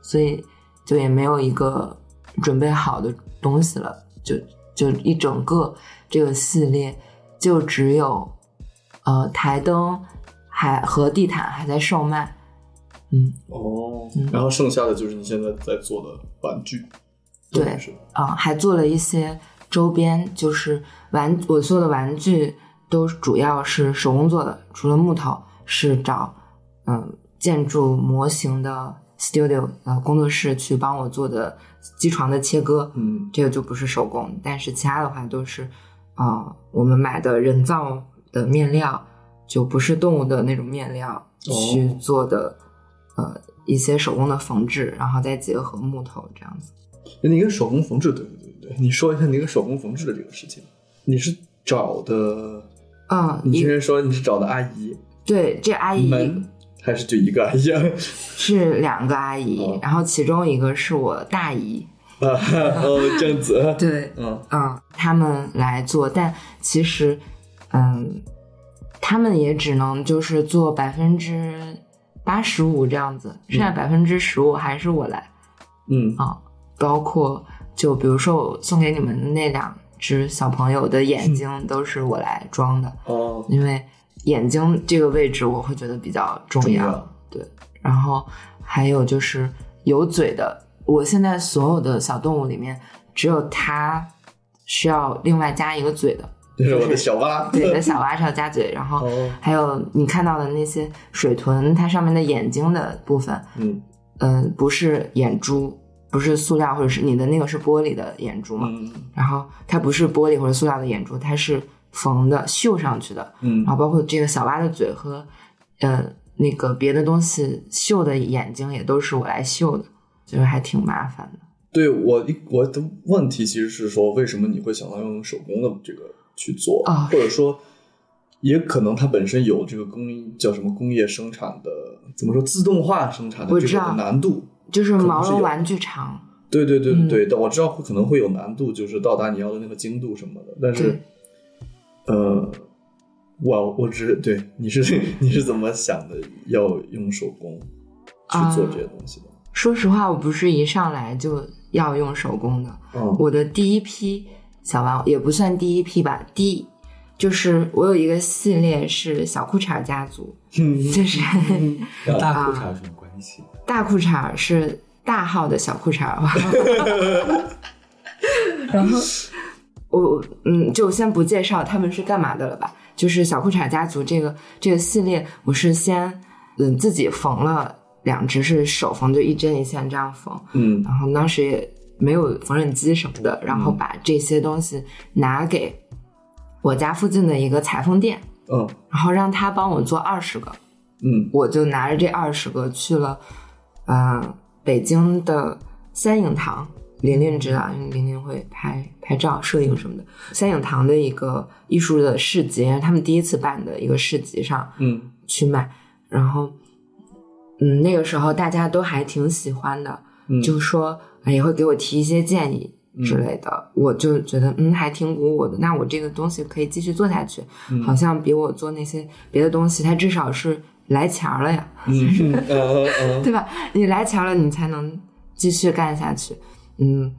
S2: 所以就也没有一个准备好的东西了，就就一整个这个系列就只有呃台灯还和地毯还在售卖，嗯
S1: 哦
S2: 嗯，
S1: 然后剩下的就是你现在在做的玩具，
S2: 对
S1: 等于是
S2: 啊、还做了一些周边，就是玩我做的玩具都主要是手工做的，除了木头是找嗯建筑模型的 studio 呃工作室去帮我做的机床的切割，
S1: 嗯
S2: 这个就不是手工，但是其他的话都是，啊、我们买的人造的面料，就不是动物的那种面料
S1: 哦
S2: 去做的，呃，一些手工的缝制，然后再结合木头这样子。
S1: 那你跟手工缝制对不对？对，你说一下你跟手工缝制的这个事情，你是找的，
S2: 嗯，
S1: 你之
S2: 一
S1: 前说你是找的阿姨
S2: 对这阿姨
S1: 们，还是就一个阿姨啊？
S2: 是两个阿姨，
S1: 哦
S2: 然后其中一个是我大姨，
S1: 啊哦，这样子，
S2: 对，
S1: 嗯
S2: 嗯，他们来做，但其实，嗯，他们也只能就是做百分之八十五这样子，剩下百分之十五还是我来
S1: 嗯
S2: 啊、包括就比如说我送给你们的那两只小朋友的眼睛都是我来装的，
S1: 哦，
S2: 因为眼睛这个位置我会觉得比较重要。
S1: 重要
S2: 然后还有就是有嘴的，我现在所有的小动物里面，只有它需要另外加一个嘴的，
S1: 这是我的小蛙，
S2: 对的小蛙是要加嘴，然后
S1: 哦，
S2: 还有你看到的那些水豚，它上面的眼睛的部分，
S1: 嗯
S2: 嗯、不是眼珠，不是塑料或者是你的那个是玻璃的眼珠嘛，
S1: 嗯
S2: 然后它不是玻璃或者塑料的眼珠，它是缝的绣上去的，
S1: 嗯
S2: 然后包括这个小蛙的嘴和，呃，那个别的东西绣的眼睛也都是我来绣的，就是还挺麻烦的。
S1: 对我一我的问题其实是说，为什么你会想到用手工的这个去做，
S2: 啊
S1: 或者说，也可能它本身有这个工叫什么工业生产的，怎么说自动化生产的
S2: 我
S1: 这
S2: 知
S1: 个
S2: 道
S1: 的难度。
S2: 就是
S1: 可能
S2: 毛
S1: 是
S2: 绒
S1: 有
S2: 玩具厂，
S1: 对对对
S2: 嗯
S1: 对对，但我知道会可能会有难度，就是到达你要的那个精度什么的。但是
S2: 对，
S1: 呃，我我只对你是 你是怎么想的，要用手工去做
S2: 啊
S1: 这些东西的？
S2: 说实话，我不是一上来就要用手工的。
S1: 嗯
S2: 我的第一批小玩也不算第一批吧，第一就是我有一个系列是小裤衩家族，就是
S1: 嗯
S3: 跟大裤衩有什么关系？
S2: 大裤衩是大号的小裤衩吧。 然后我嗯，就先不介绍他们是干嘛的了吧。就是小裤衩家族这个这个系列，我是先嗯自己缝了两只，是手缝，就一针一线这样缝。
S1: 嗯
S2: 然后当时也没有缝纫机什么的，然后把这些东西拿给我家附近的一个裁缝店，
S1: 嗯
S2: 然后让他帮我做二十个。
S1: 嗯
S2: 我就拿着这二十个去了，呃，北京的三影堂，琳琳知道，因为琳琳会拍拍照、摄影什么的。三影堂的一个艺术的市集，他们第一次办的一个市集上
S1: 嗯
S2: 去卖，然后，嗯，那个时候大家都还挺喜欢的，
S1: 嗯，
S2: 就说哎也会给我提一些建议之类的，我就觉得嗯还挺鼓舞的。那我这个东西可以继续做下去，
S1: 嗯
S2: 好像比我做那些别的东西，它至少是来钱儿了呀，
S1: 嗯嗯嗯嗯
S2: 对吧？你来钱儿了，你才能继续干下去。嗯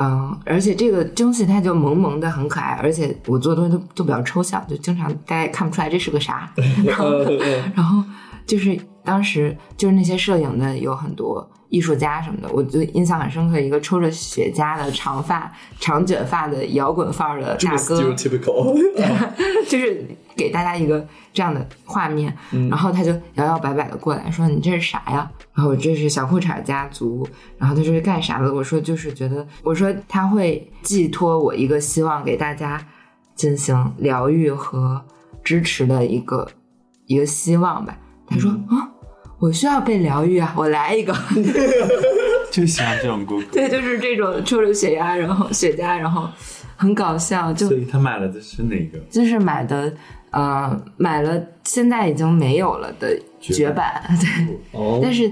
S2: 嗯，而且这个东西它就萌萌的，很可爱，而且我做的东西都 都比较抽象，就经常大家也看不出来这是个啥。
S1: 嗯嗯嗯
S2: 然后就是当时就是那些摄影的有很多艺术家什么的，我就印象很深刻，一个抽着雪茄的长发、长卷发的摇滚范儿的
S1: 这
S2: 大
S1: 么
S2: 哥，
S1: stereotypical，
S2: 就是给大家一个这样的画面，然后他就摇摇摆摆的过来说：“你这是啥呀？”然后我这是小裤衩家族，然后他说是干啥的？我说就是觉得，我说他会寄托我一个希望给大家进行疗愈和支持的一个一个希望吧。他说、啊，我需要被疗愈啊，我来一个。
S3: 就喜欢这种姑姑。
S2: 对，就是这种抽着血压，然后雪茄，然后很搞笑，就
S3: 所以他买了的是哪个？
S2: 就是买的，呃，买了现在已经没有了的绝
S3: 绝
S2: 版，对。
S1: 哦
S2: 但是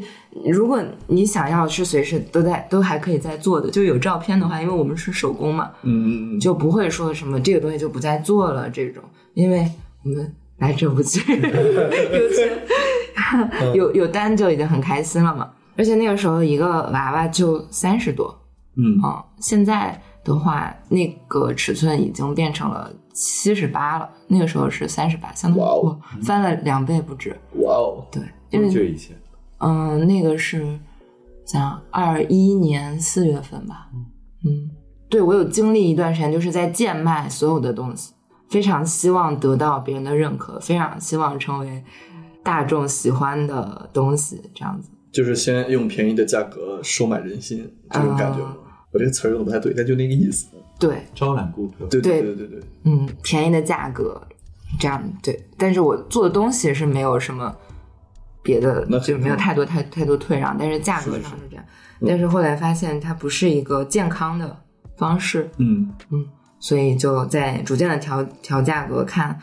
S2: 如果你想要是随时都在都还可以再做的，就有照片的话，因为我们是手工嘛，
S1: 嗯，
S2: 就不会说什么这个东西就不再做了这种，因为我们来者不 拒，有钱 有有单就已经很开心了嘛。而且那个时候一个娃娃就三十多，
S1: 嗯
S2: 嗯，现在的话，那个尺寸已经变成了七十八了，那个时候是三十八，相当于
S1: 哇哦
S2: 哇翻了两倍不止。
S1: 哇哦，
S2: 对，因
S3: 多久
S2: 为
S3: 以前？
S2: 嗯、那个是想二一年四月份吧，嗯，对我有经历一段时间，就是在贱卖所有的东西，非常希望得到别人的认可，非常希望成为大众喜欢的东西，这样子。
S1: 就是先用便宜的价格收买人心这种感觉吗？我这个词儿用的不太对，但就那个意思。
S2: 对，
S3: 招揽顾客。
S1: 对对
S2: 对
S1: 对对，对
S2: 嗯，便宜的价格，这样对。但是我做的东西是没有什么别的
S1: 那，
S2: 就没有太多太太多退让，但是价格上是这样。但是后来发现它不是一个健康的方式，
S1: 嗯
S2: 所以就在逐渐的调调价格，看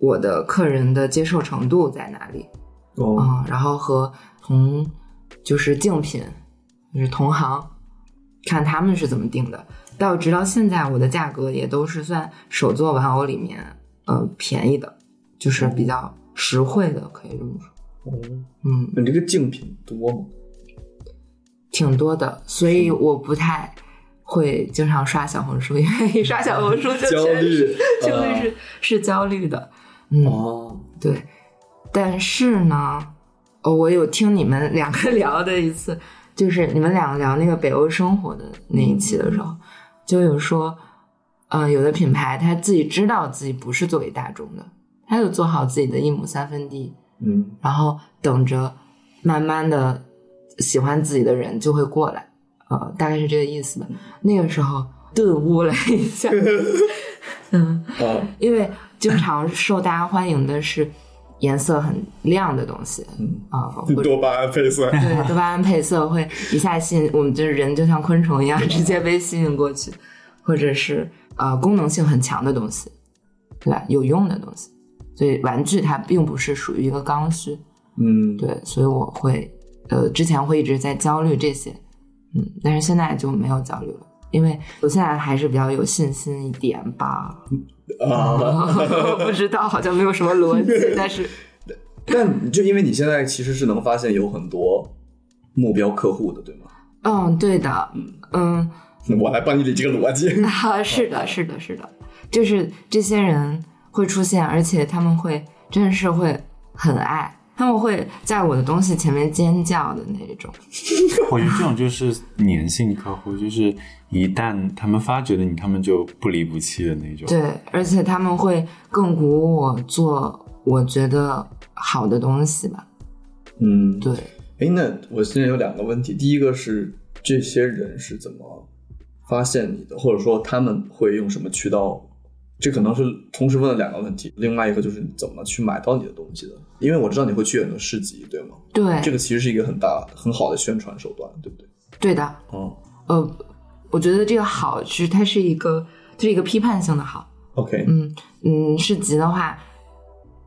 S2: 我的客人的接受程度在哪里
S1: 哦，
S2: 啊、然后和同就是竞品，就是同行，看他们是怎么定的。到直到现在，我的价格也都是算手作玩偶里面呃便宜的，就是比较实惠的，可以这么说。
S1: 哦
S2: 嗯，
S1: 那你这个竞品多吗？
S2: 挺多的，所以我不太会经常刷小红书，因为一刷小红书就
S1: 焦
S2: 全是
S1: 虑，
S2: 就会
S1: 啊
S2: 是、是焦虑的。嗯，
S1: 哦，
S2: 对，但是呢，哦，我有听你们两个 聊的一次，就是你们两个聊那个北欧生活的那一期的时候，就有说，嗯、有的品牌他自己知道自己不是做给大众的，他就做好自己的一亩三分地，
S1: 嗯
S2: 然后等着慢慢的喜欢自己的人就会过来，呃，大概是这个意思吧。那个时候顿悟了一下，嗯。
S1: 啊
S2: 因为经常受大家欢迎的是颜色很亮的东西
S1: 嗯，
S2: 啊，或者
S1: 多巴胺配色，
S2: 对多巴胺配色会一下吸引我们，就是人就像昆虫一样直接被吸引过去，或者是呃功能性很强的东西，对吧？有用的东西，所以玩具它并不是属于一个刚需，
S1: 嗯，
S2: 对，所以我会呃之前会一直在焦虑这些，嗯，但是现在就没有焦虑了，因为我现在还是比较有信心一点吧，
S1: 啊，
S2: 不知道，好像没有什么逻 辑，但是
S1: 但就因为你现在其实是能发现有很多目标客户的，对吗？
S2: 嗯，对的，嗯，
S1: 我来帮你理这个逻辑。
S2: 啊，是的，是的，是的，就是这些人会出现，而且他们会真的是会很爱，他们会在我的东西前面尖叫的那一种，
S3: 我觉得这种就是粘性客户，就是一旦他们发觉了你，他们就不离不弃的那种。
S2: 对，而且他们会更鼓舞我做我觉得好的东西吧，
S1: 嗯，
S2: 对，
S1: 哎，那我现在有两个问题，第一个是这些人是怎么发现你的，或者说他们会用什么渠道？这可能是同时问了两个问题，另外一个就是你怎么去买到你的东西的？因为我知道你会去很多市集，对吗？
S2: 对，
S1: 这个其实是一个很大很好的宣传手段，对不对？
S2: 对的，
S1: 嗯
S2: 呃，我觉得这个好是它是一个，这是一个批判性的好。
S1: ，OK，
S2: 嗯嗯，市集的话，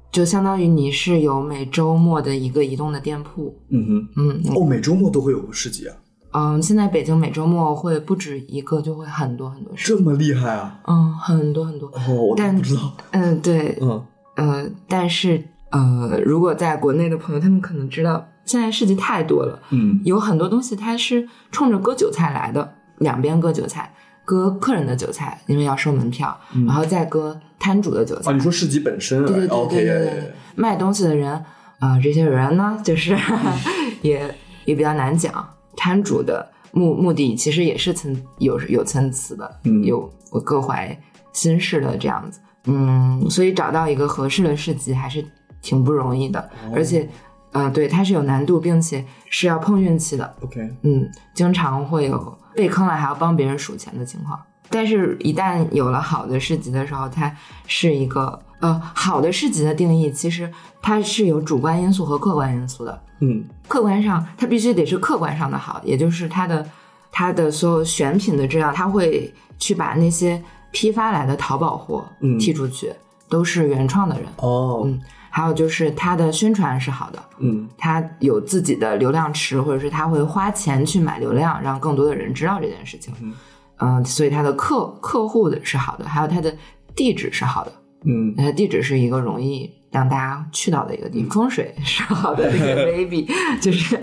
S2: 就相当于你是有每周末的一个移动的店铺。
S1: 嗯哼，
S2: 嗯
S1: 哦，每周末都会有个市集啊，
S2: 嗯，现在北京每周末会不止一个，就会很多很多市
S1: 这
S2: 集。
S1: 么厉害啊！
S2: 嗯，很多很多。
S1: 哦，我都
S2: 但
S1: 不知道，
S2: 嗯、对，
S1: 嗯
S2: 呃，但是呃，如果在国内的朋友，他们可能知道，现在市集太多了，
S1: 嗯
S2: 有很多东西它是冲着割韭菜来的，两边割韭菜，割客人的韭菜，因为要收门票，
S1: 嗯
S2: 然后再割摊主的韭菜。
S1: 啊，你说市集本身啊
S2: 对对对对对对
S1: ，OK，
S2: 卖东西的人，啊、这些人呢，就是 也也比较难讲。摊主的目目的其实也是参有有参差的，
S1: 嗯
S2: 有我各怀心事的这样子。嗯，所以找到一个合适的市集还是挺不容易的，而且，呃，对，它是有难度，并且是要碰运气的。
S1: OK，
S2: 嗯，经常会有被坑了还要帮别人数钱的情况。但是，一旦有了好的市集的时候，它是一个呃好的市集的定义，其实它是有主观因素和客观因素的。
S1: 嗯
S2: 客观上，它必须得是客观上的好，也就是它的它的所有选品的质量，它会去把那些批发来的淘宝货
S1: 嗯
S2: 剔出去，都是原创的人。
S1: 哦
S2: 嗯还有就是它的宣传是好的，
S1: 嗯
S2: 他有自己的流量池，或者是他会花钱去买流量，让更多的人知道这件事情。
S1: 嗯
S2: 嗯、所以他的客客户的是好的，还有他的地址是好的，
S1: 嗯
S2: 他的地址是一个容易让大家去到的一个地方，风水是好的，这个 baby 就是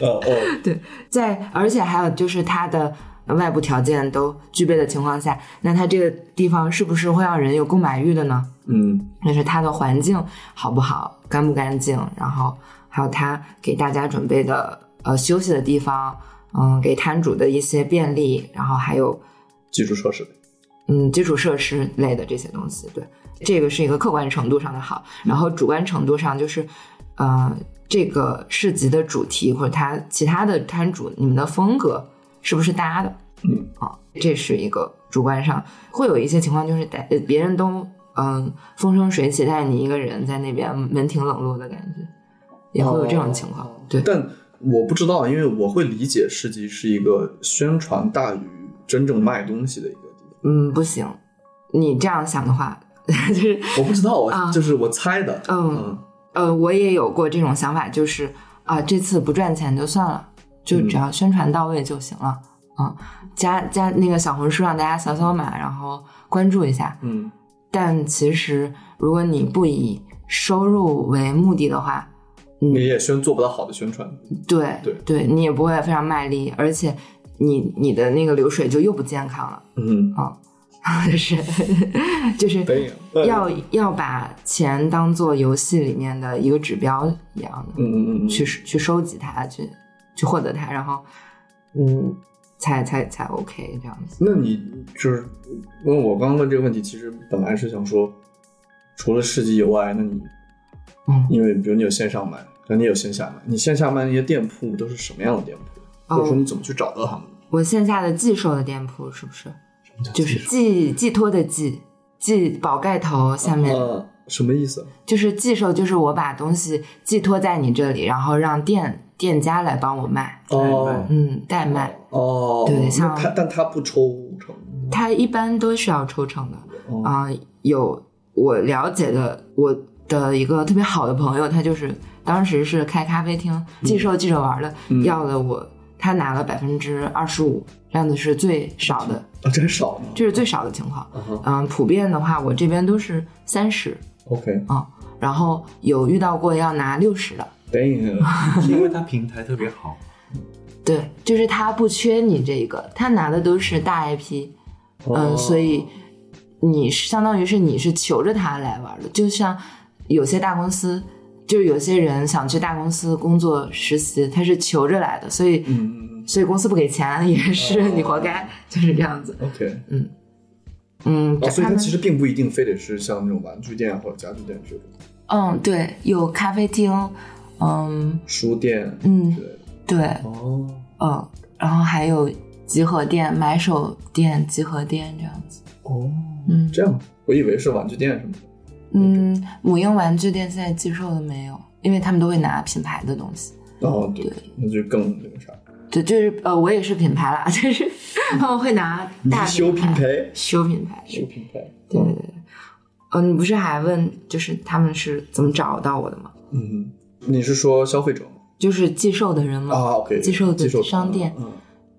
S1: 哦哦
S2: 在，而且还有就是它的外部条件都具备的情况下，那它这个地方是不是会让人有购买欲的呢？
S1: 嗯
S2: 就是它的环境好不好，干不干净，然后还有它给大家准备的呃休息的地方，嗯，给摊主的一些便利，然后还有
S1: 基础设施
S2: 嗯基础设施类的这些东西。对，这个是一个客观程度上的好，然后主观程度上就是呃这个市集的主题或者它其他的摊主你们的风格是不是搭的？
S1: 嗯
S2: 啊，这是一个主观上会有一些情况，就是大呃别人都嗯风生水起，但是你一个人在那边门庭冷落的感觉，也会有这种情况。
S1: 哦
S2: 对，
S1: 但我不知道，因为我会理解市集是一个宣传大于真正卖东西的一个地方。
S2: 嗯，不行，你这样想的话， 就是
S1: 我不知道，我、
S2: 啊
S1: 就是我猜的。
S2: 嗯呃，我也有过这种想法，就是啊、这次不赚钱就算了，就只要宣传到位就行了。嗯，加加那个小红书让大家扫扫码，然后关注一下。
S1: 嗯
S2: 但其实如果你不以收入为目的的话，
S1: 嗯，
S2: 嗯
S1: 你，也宣做不到好的宣传。
S2: 对
S1: 对
S2: 你也不会非常卖力，而且你你的那个流水就又不健康了，
S1: 嗯，啊
S2: 就是就是
S1: 对呀，
S2: 要要把钱当做游戏里面的一个指标一样的、
S1: 嗯嗯嗯嗯，
S2: 去去收集它，去去获得它，然后嗯，才才才 OK 这样子。
S1: 那你就是问我刚刚问这个问题，其实本来是想说，除了市集以外，那你
S2: 嗯，
S1: 因为比如你有线上卖，那你也有线下卖，你线下卖那些店铺都是什么样的店铺？或者说
S2: 哦
S1: 你，怎么去找到他们？
S2: 我线下的寄售的店铺是不是就是寄寄托的寄寄宝盖头下面
S1: 呃，什么意思？
S2: 就是寄售，就是我把东西寄托在你这里，然后让店店家来帮我卖，
S1: 哦
S2: 嗯，代卖。
S1: 哦，
S2: 对
S1: 那
S2: 像
S1: 他，但他不抽成。
S2: 它一般都是要抽成的
S1: 哦
S2: 啊、有我了解的，我的一个特别好的朋友，他就是当时是开咖啡厅寄售寄着玩的，
S1: 嗯
S2: 要了我他拿了百分之二十五，这样子是最少的，
S1: 啊，这还少呢。
S2: 这是最少的情况。
S1: 啊哈
S2: 嗯，普遍的话，我这边都是三十，
S1: ，OK，
S2: 然后有遇到过要拿六十的。
S1: 等一 下，
S3: 是因为它平台特别好，
S2: 对，就是他不缺你这个，他拿的都是大 IP，、
S1: 哦
S2: 嗯，所以你是相当于是你是求着他来玩的，就像有些大公司，就是有些人想去大公司工作实习，他是求着来的，所以、
S1: 嗯嗯
S2: 所以公司不给钱也是
S1: 哦
S2: 你活该，就是这样子。
S1: 嗯，OK，
S2: 嗯，
S1: 哦，所以
S2: 他
S1: 它
S2: 们
S1: 其实并不一定非得是像那种玩具店或者家具店这种
S2: 嗯，对，有咖啡厅，嗯
S1: 书店，
S2: 嗯，
S1: 对，
S2: 对，
S1: 哦
S2: 嗯，然后还有集合店、买手店、集合店这样子，
S1: 哦，
S2: 嗯。
S1: 这样，我以为是玩具店什么的。
S2: 嗯，母婴玩具店现在寄售的没有，因为他们都会拿品牌的东西。
S1: 哦，对
S2: 对，
S1: 那就更那个啥，
S2: 对，就是呃，我也是品牌啦， 就是他们会拿
S1: 嗯你
S2: 大
S1: 是嗯修品
S2: 牌，
S1: 牌，
S2: 修品牌。
S1: 修品牌，
S2: 对对对。呃，你不是还问就是他们是怎么找到我的吗？
S1: 嗯，你是说消费者吗？
S2: 就是寄售的人嘛，
S1: 啊，OK，
S2: 寄售
S1: 接
S2: 的
S1: 受
S2: 商店，
S1: 嗯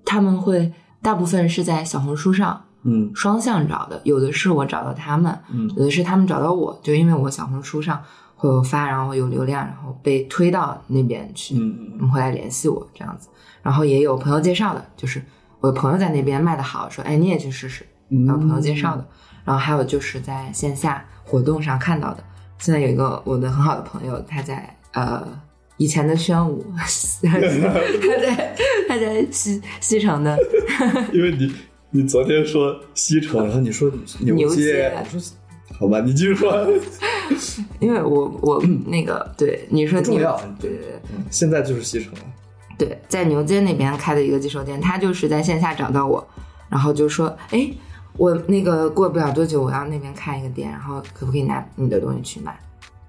S2: 他们会大部分是在小红书上
S1: 嗯
S2: 双向找的，有的是我找到他们，
S1: 嗯
S2: 有的是他们找到我，就因为我小红书上会有发，然后有流量，然后被推到那边去。
S1: 嗯
S2: 你
S1: 嗯，
S2: 们会来联系我这样子。然后也有朋友介绍的，就是我的朋友在那边卖的好，说哎你也去试试，
S1: 嗯
S2: 然后朋友介绍的。然后还有就是在线下活动上看到的，现在有一个我的很好的朋友，他在呃以前的宣武， 他在他在西西城的
S1: 因为你你昨天说西城，然后你说牛
S2: 牛街
S1: 我说好吧，你继续 说，
S2: 因为我我那个对你说
S1: 嗯不重
S2: 牛
S1: 要
S2: 对对对
S1: 嗯现在就是西城了。
S2: 对，在牛街那边开的一个寄售店，他就是在线下找到我，然后就说，哎，我那个过不了多久我要那边开一个店，然后可不可以拿你的东西去卖？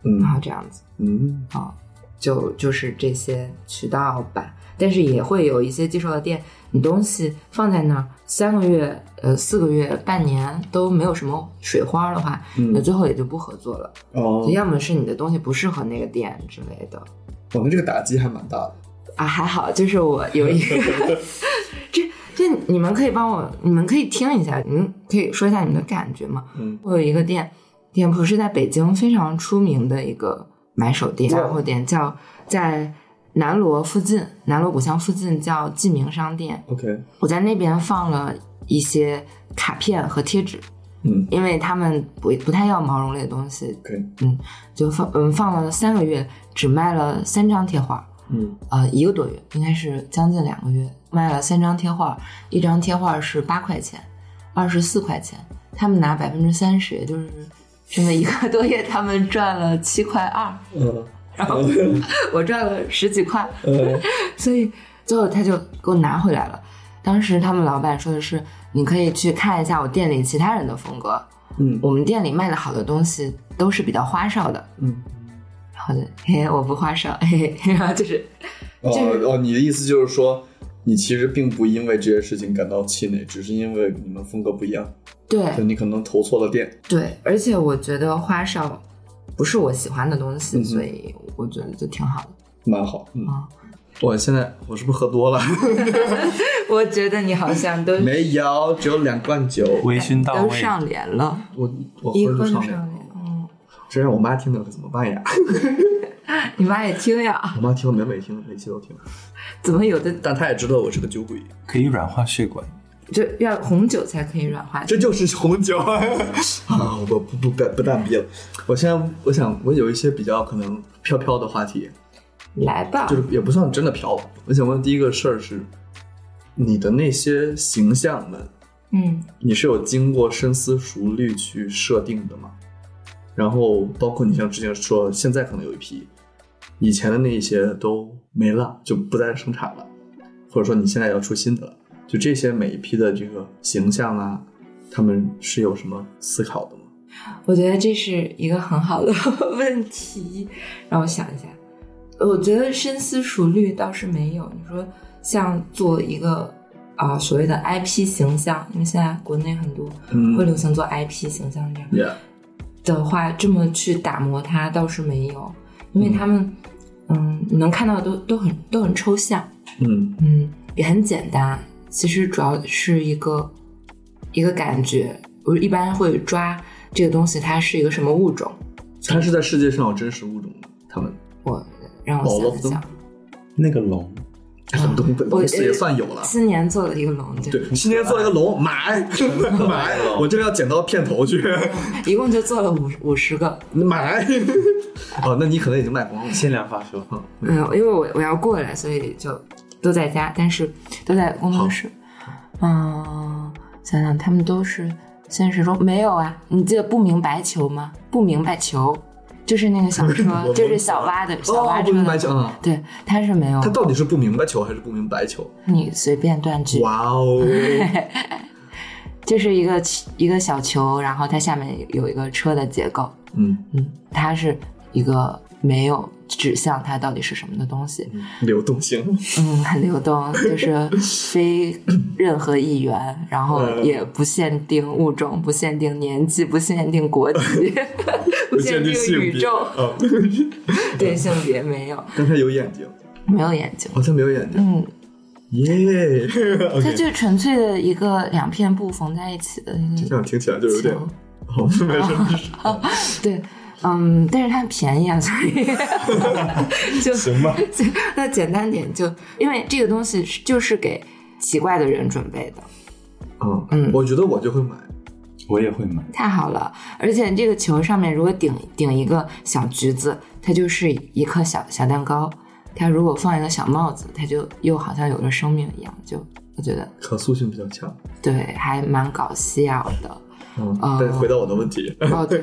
S1: 嗯
S2: 然后这样子，
S1: 嗯，
S2: 哦，就就是这些渠道吧。但是也会有一些寄售的店，你东西放在那儿三个月、呃四个月、半年都没有什么水花的话，
S1: 嗯
S2: 那最后也就不合作了。
S1: 哦，
S2: 要么是你的东西不适合那个店之类的
S1: 我们这个打击还蛮大的。
S2: 啊，还好，就是我有一个这这你们可以帮我，你们可以听一下，你们可以说一下你们的感觉吗？
S1: 嗯，
S2: 我有一个店店铺是在北京非常出名的一个买手店、
S1: 哇
S2: 杂货店，叫在南锣附近，南锣鼓巷附近叫记名商店。
S1: OK，
S2: 我在那边放了一些卡片和贴纸，
S1: 嗯
S2: 因为他们不不太要毛绒类的东西，
S1: ，OK，
S2: 就放嗯放了三个月，只卖了三张贴画。
S1: 嗯
S2: 呃，一个多月，应该是将近两个月，卖了三张贴画，一张贴画是八块钱，二十四块钱，他们拿百分之三十，也就是真的一个多月，他们赚了七块二，
S1: 嗯
S2: 然后我赚哦了十几块，
S1: 嗯
S2: 所以最后他就给我拿回来了。当时他们老板说的是，你可以去看一下我店里其他人的风格，
S1: 嗯
S2: 我们店里卖的好的东西都是比较花哨的，
S1: 嗯，
S2: 然后就嘿，我不花哨，嘿嘿， 然后就是
S1: 哦
S2: 就是
S1: 哦，你的意思就是说，你其实并不因为这些事情感到气馁，只是因为你们风格不一样，
S2: 对
S1: 就，你可能投错了店。
S2: 对，而且我觉得花哨不是我喜欢的东西，
S1: 嗯哼
S2: 所以我觉得就挺好的。
S1: 蛮好，嗯
S2: 哦，
S1: 我现在我是不是喝多了？
S2: 我觉得你好像都
S1: 没有，只有两罐酒。
S3: 微醺到
S2: 都
S3: 位，
S2: 上脸了，
S1: 我我
S2: 一
S1: 喝
S2: 喝
S1: 就
S2: 就
S1: 上
S2: 上
S1: 脸了，
S2: 脸。嗯，
S1: 这让我妈听到可怎么办呀？
S2: 你妈也听呀？
S1: 我妈听了每每听，每期都听，
S2: 怎么有的
S1: 但她也知道我是个酒鬼，
S3: 可以软化血管。
S2: 就要红酒才可以软化？
S1: 这就是红酒 啊！我不不不不蛋逼了。我现在我想，我有一些比较可能飘飘的话题，
S2: 来吧
S1: 就，是也不算真的飘吧。我想问第一个事儿是，你的那些形象们，
S2: 嗯，
S1: 你是有经过深思熟虑去设定的吗？然后包括你像之前说，现在可能有一批，以前的那一些都没了，就不再生产了，或者说你现在要出新的了，就这些每一批的这个形象啊，他们是有什么思考的吗？
S2: 我觉得这是一个很好的 问题，让我想一下。我觉得深思熟虑倒是没有。你说像做一个啊、所谓的 IP 形象，因为现在国内很多
S1: 嗯
S2: 会流行做 IP 形象这样
S1: ，Yeah，
S2: 的话，这么去打磨它倒是没有，因为他们嗯你能看到的都都很都很抽象，
S1: 嗯
S2: 嗯，也很简单。其实主要是一个一个感觉，我一般会抓这个东西它是一个什么物种。
S1: 它是在世界上有真实物种的，他们
S2: 我让
S1: 保
S2: 我
S1: 罗
S2: 想一想，
S3: 那个龙，
S1: 他们东北
S2: 我呃
S1: 东西也算有了。
S2: 新年做了一个龙，对，
S1: 对，新年做了一个龙，买买，我这个要剪到片头去
S2: 一共就做了五五十个。
S1: 买。 哦，那你可能已经卖光了。
S3: 限量发售。
S2: 嗯，因为我我要过来，所以就都在家，但是都在工作室。嗯，想想他们都是现实中没有啊。你记得不明白球吗？不明白球就是那个小 车，
S1: 我
S2: 就是小蛙的小蛙
S1: 哦，不
S2: 车的
S1: 明白球啊，
S2: 对，它是没有
S1: 他。到底是不明白球还是不明白球？
S2: 你随便断句，
S1: 哇 哦，
S2: 就是一个一个小球，然后它下面有一个车的结构。
S1: 嗯，
S2: 嗯，它是一个没有指向它到底是什么的东西，
S1: 流动性，
S2: 嗯，很流动，就是非任何一员，然后
S1: 嗯
S2: 也不限定物种，不限定年纪，不限定国籍， 不限定
S1: 性
S2: 宇
S1: 别
S2: 宙，
S1: 啊，
S2: 对性别没有，
S1: 但他有眼睛，
S2: 没有眼睛。
S1: 哦，他没有眼睛，
S2: 嗯，
S1: 耶
S2: 它
S1: ，OK，
S2: 就纯粹的一个两片布缝在一起的一
S1: 这
S2: 个
S1: 样听起来就有点
S2: 球，，
S1: 哦，没事没 事，
S2: 对，嗯，但是它便宜啊，所以就
S3: 行吧，
S2: 就那简单点就，因为这个东西是就是给奇怪的人准备的。
S1: 嗯
S2: 嗯
S1: 我觉得我就会买，
S3: 我也会买。
S2: 太好了！而且这个球上面如果顶顶一个小橘子，它就是一颗小小蛋糕；它如果放一个小帽子，它就又好像有了生命一样。就我觉得
S1: 可塑性比较强。
S2: 对，还蛮搞笑的。
S1: 嗯，
S2: 哦
S1: 但是回到我的问题，
S2: 哦，对，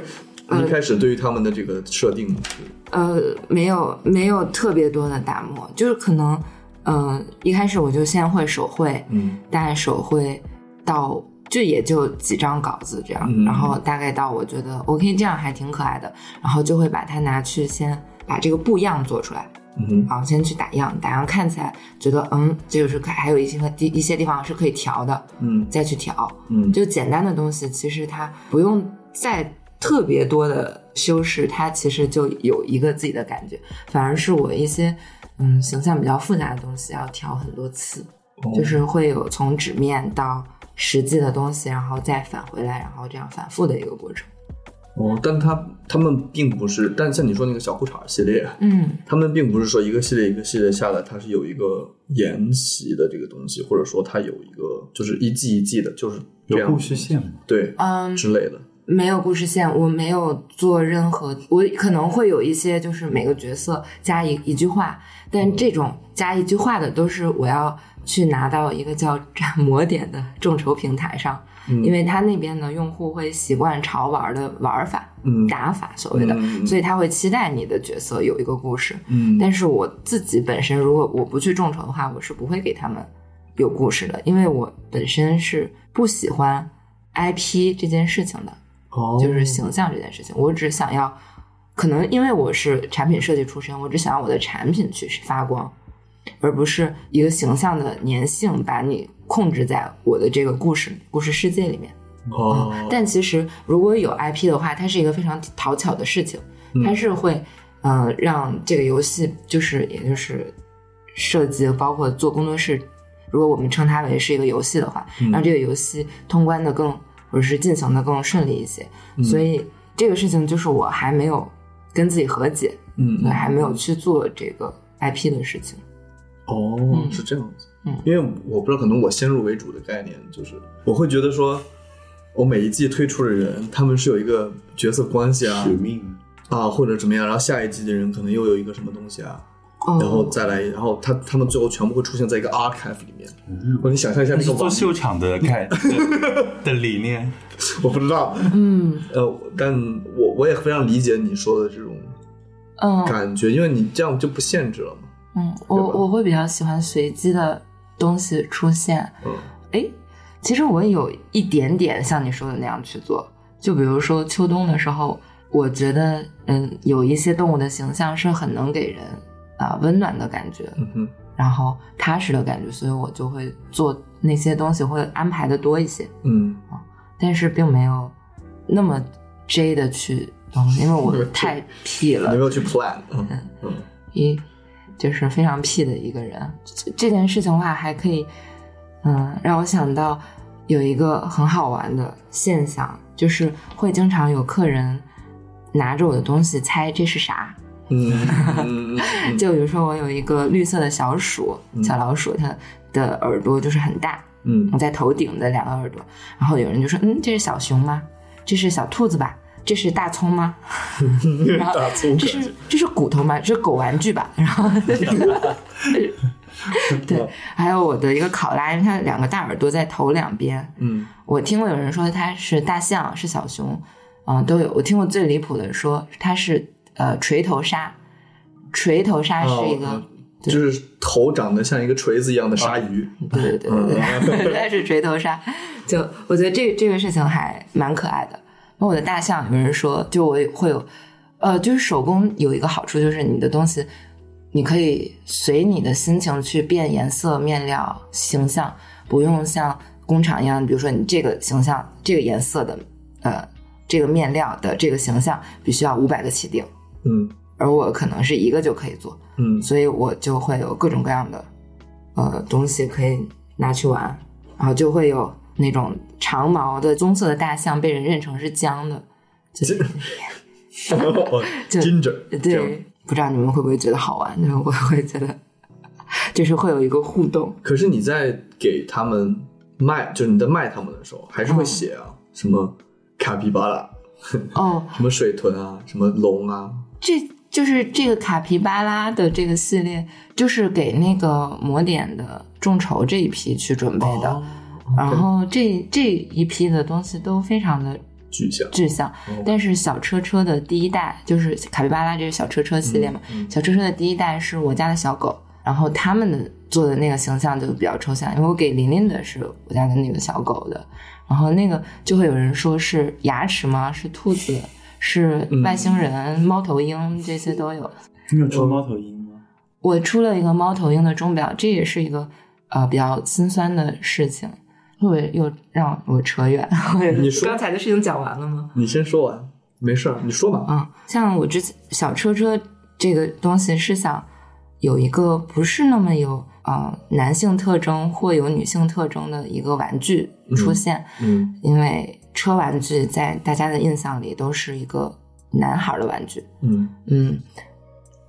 S1: 你一开始对于他们的这个设定是
S2: 呃，没有没有特别多的打磨，就是可能，嗯、一开始我就先会手绘，
S1: 嗯
S2: 大概手绘到就也就几张稿子这样，
S1: 嗯
S2: 然后大概到我觉得 OK 这样还挺可爱的，然后就会把它拿去先把这个布样做出来，
S1: 嗯
S2: 然后先去打样，打样看起来觉得嗯，这个是可还有一些地一些地方是可以调的，
S1: 嗯
S2: 再去调，
S1: 嗯
S2: 就简单的东西，其实它不用再特别多的修饰，它其实就有一个自己的感觉。反而是我一些嗯形象比较复杂的东西，要调很多次，
S1: 哦
S2: 就是会有从纸面到实际的东西，然后再返回来，然后这样反复的一个过程。
S1: 哦，但他他们并不是，但像你说那个小裤衩系列，
S2: 嗯，
S1: 他们并不是说一个系列一个系列下来，它是有一个沿袭的这个东西，或者说它有一个就是一季一季的，就是这
S3: 有
S1: 样
S3: 故事线吗？
S1: 对
S2: 嗯
S1: 之类的。
S2: 没有故事线，我没有做任何，我可能会有一些就是每个角色加一一句话，但这种加一句话的都是我要去拿到一个叫展魔点的众筹平台上，
S1: 嗯
S2: 因为他那边呢用户会习惯潮玩的玩法、
S1: 嗯
S2: 打法所谓的，
S1: 嗯嗯嗯
S2: 所以他会期待你的角色有一个故事。
S1: 嗯
S2: 但是我自己本身，如果我不去众筹的话，我是不会给他们有故事的，因为我本身是不喜欢 IP 这件事情的。
S1: 哦
S2: 就是形象这件事情。我只想要，可能因为我是产品设计出身，我只想要我的产品去发光，而不是一个形象的粘性把你控制在我的这个故事故事世界里面。
S1: 哦，
S2: 但其实如果有 IP 的话，它是一个非常讨巧的事情，
S1: 嗯
S2: 它是会，呃，让这个游戏就是也就是设计包括做工作室，如果我们称它为是一个游戏的话，
S1: 嗯
S2: 让这个游戏通关的更或者是进行的更顺利一些。
S1: 嗯
S2: 所以这个事情就是我还没有跟自己和解，
S1: 嗯
S2: 对，还没有去做这个 IP 的事情。
S1: 哦，是这样子。
S2: 嗯
S1: 因为我不知道，可能我先入为主的概念就是，我会觉得说，我每一季推出的人，他们是有一个角色关系啊
S3: 使命，
S1: 啊，或者怎么样，然后下一季的人可能又有一个什么东西啊，
S2: 哦
S1: 然后再来，然后他他们最后全部会出现在一个 archive 里面。
S3: 嗯
S1: 我你想象一下
S3: 那
S1: 那
S3: 是
S1: 个
S3: 做
S1: 网，
S3: 秀场的概的的理念。
S1: 我不知道，
S2: 嗯
S1: 呃，但我我也非常理解你说的这种
S2: 嗯
S1: 感觉，因为你这样就不限制了嘛。
S2: 嗯，我
S1: 对吧
S2: 我会比较喜欢随机的东西出现。
S1: 嗯
S2: 诶，其实我有一点点像你说的那样去做，就比如说秋冬的时候，我觉得嗯，有一些动物的形象是很能给人啊、温暖的感觉，
S1: 嗯哼，
S2: 然后踏实的感觉，所以我就会做那些东西会安排的多一些，
S1: 嗯，
S2: 但是并没有那么 J 的去动，因为我太屁
S1: 你没
S2: 了，
S1: 有去 plan，嗯嗯
S2: 一就是非常屁的一个人。这这件事情的话，还可以，嗯，让我想到有一个很好玩的现象，就是会经常有客人拿着我的东西猜这是啥，
S1: 嗯嗯嗯嗯
S2: 就比如说我有一个绿色的小鼠，小老鼠，它的耳朵就是很大，
S1: 嗯
S2: 在头顶的两个耳朵，然后有人就说，嗯，这是小熊吗？这是小兔子吧？这是大葱吗？
S1: 嗯，
S2: 然后
S1: 大葱
S2: 这
S1: 感
S2: 是这是骨头吗？这是狗玩具吧？然后 对，还有我的一个考拉，因为它两个大耳朵在头两边，
S1: 嗯
S2: 我听过有人说它是大象，是小熊，嗯、都有。我听过最离谱的说它是呃锤头鲨，锤头鲨是一个。啊
S1: 哦就是头长得像一个锤子一样的鲨鱼。
S2: 对对对 对对，但是锤头鲨，就我觉得这这个事情还蛮可爱的。那我的大象，有人说，就我也会有，呃，就是手工有一个好处，就是你的东西，你可以随你的心情去变颜色、面料、形象，不用像工厂一样，比如说你这个形象、这个颜色的，呃，这个面料的这个形象必须要五百个起订，
S1: 嗯
S2: 而我可能是一个就可以做。
S1: 嗯
S2: 所以我就会有各种各样的呃东西可以拿去玩，然后就会有那种长毛的棕色的大象被人认成是姜的，就是
S1: 哦
S2: 就
S1: ，ginger，这样
S2: 对，不知道你们会不会觉得好玩？就是 我会觉得，就是会有一个互动。
S1: 可是你在给他们卖，就是你在卖他们的时候，还是会写啊、什么卡皮巴拉，
S2: 哦，
S1: 什么水豚啊，什么龙啊，
S2: 这就是这个卡皮巴拉的这个系列，就是给那个魔点的众筹这一批去准备的。
S1: 哦
S2: 然后这这一批的东西都非常的
S1: 巨象，
S2: 志向，
S1: 哦
S2: 但是小车车的第一代就是卡皮巴拉这是小车车系列嘛，
S1: 嗯
S2: 小车车的第一代是我家的小狗，然后他们的做的那个形象就比较抽象，因为我给琳琳的是我家的那个小狗的，然后那个就会有人说是牙齿吗？是 兔子？是外星人、猫头鹰这些都有。
S3: 你有出猫头鹰吗？
S2: 我出了一个猫头鹰的钟表，这也是一个呃比较心酸的事情。会不会又让我扯远？
S1: 你说
S2: 刚才的事情讲完了吗？
S1: 嗯你先说完，没事儿，你说吧。
S2: 嗯，像我之前小车车这个东西是想有一个不是那么有呃男性特征或有女性特征的一个玩具出现，
S1: 嗯
S2: 因为车玩具在大家的印象里都是一个男孩儿的玩具，
S1: 嗯
S2: 嗯，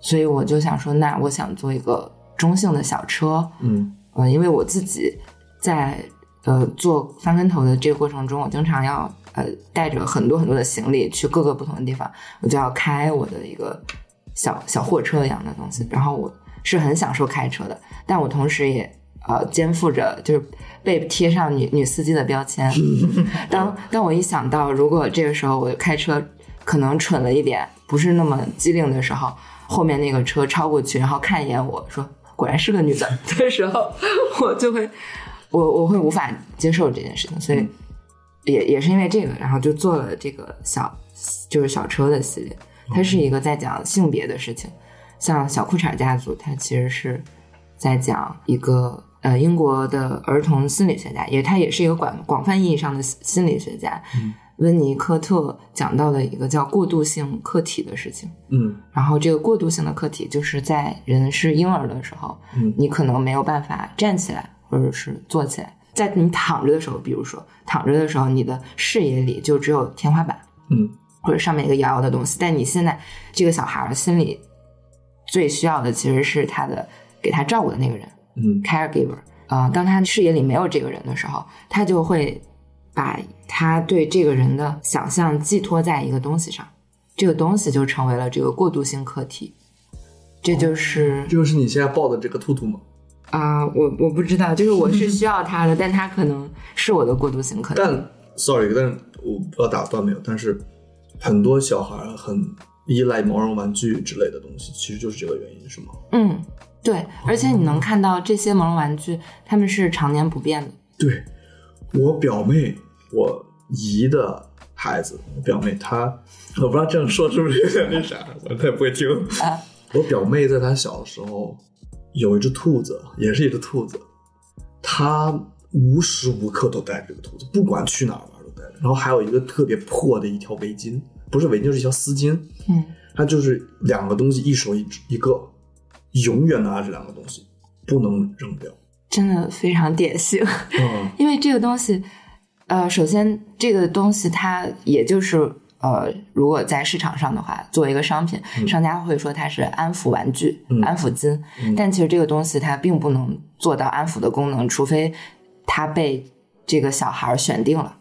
S2: 所以我就想说，那我想做一个中性的小车，
S1: 嗯
S2: 呃，因为我自己在呃做翻跟头的这个过程中，我经常要呃带着很多很多的行李去各个不同的地方，我就要开我的一个小小货车一样的东西，然后我是很享受开车的，但我同时也。呃，肩负着就是被贴上女女司机的标签。当当我一想到，如果这个时候我开车可能蠢了一点，不是那么机灵的时候，后面那个车超过去，然后看一眼我说果然是个女的 的时候，我就会我我会无法接受这件事情，所以也也是因为这个，然后就做了这个小就是小车的系列，它是一个在讲性别的事情，像小裤衩家族，它其实是在讲一个。呃，英国的儿童心理学家，也他也是一个广广泛意义上的心心理学家，温尼科特讲到的一个叫过渡性客体的事情。
S1: 嗯
S2: 然后这个过渡性的客体，就是在人是婴儿的时候，
S1: 嗯
S2: 你可能没有办法站起来或者是坐起来，在你躺着的时候，比如说躺着的时候，你的视野里就只有天花板
S1: 嗯
S2: 或者上面一个摇摇的东西，但你现在这个小孩儿心里最需要的其实是他的给他照顾的那个人，
S1: 嗯
S2: caregiver 啊、呃当他视野里没有这个人的时候，他就会把他对这个人的想象寄托在一个东西上，这个东西就成为了这个过渡性客体。这就是
S1: 这就是你现在抱的这个兔兔吗？
S2: 啊、我我不知道，就是我是需要他的，但他可能是我的过渡性客体。
S1: 但 sorry，但我不知道打断没有，但是很多小孩儿很依赖毛绒玩具之类的东西，其实就是这个原因，是吗？
S2: 嗯，对，而且你能看到这些毛绒玩具，它们是常年不变的。
S1: 对，我表妹，我姨的孩子，我表妹她，我不知道这样说是不是有点那啥，我她也不会听。
S2: 啊
S1: 我表妹在她小的时候有一只兔子，也是一只兔子，她无时无刻都带着这个兔子，不管去哪儿玩都带着。然后还有一个特别破的一条围巾，不是围巾，就是一条丝巾。
S2: 嗯，
S1: 它就是两个东西，一手一只一个，永远拿着这两个东西，不能扔掉。
S2: 真的非常典型。
S1: 嗯
S2: 因为这个东西，呃，首先这个东西它也就是呃，如果在市场上的话，作为一个商品，商家会说它是安抚玩具、
S1: 嗯
S2: 安抚巾，
S1: 嗯
S2: 但其实这个东西它并不能做到安抚的功能，除非它被这个小孩儿选定了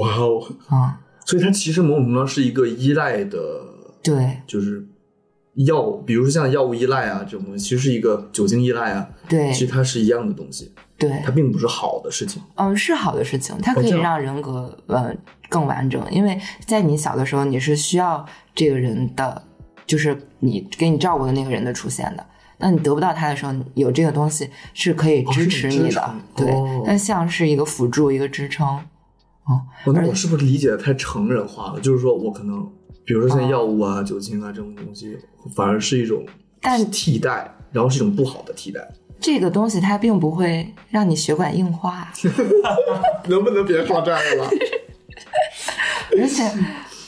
S1: 哇哦！
S2: 啊、
S1: 所以它其实某种程度上是一个依赖的，
S2: 对
S1: 就是药物，比如说像药物依赖啊这种东西，其实是一个酒精依赖啊，
S2: 对
S1: 其实它是一样的东西，
S2: 对
S1: 它，并不是好的事情。
S2: 嗯，是好的事情，它可以
S1: 这样
S2: 让人格呃更完整，因为在你小的时候，你是需要这个人的，就是你给你照顾的那个人的出现的。当你得不到他的时候，有这个东西是可以
S1: 哦是
S2: 支
S1: 你
S2: 持
S1: 支
S2: 你
S1: 撑
S2: 的，对
S1: 哦，
S2: 但像是一个辅助，一个支撑。
S1: 哦，那我是不是理解的太成人化了？就是说我可能，比如说
S2: 哦
S1: 像药物啊、酒精啊这种东西，反而是一种
S2: 但
S1: 替代，然后是一种不好的替代。
S2: 这个东西它并不会让你血管硬化，
S1: 能不能别说这个 了？
S2: 而且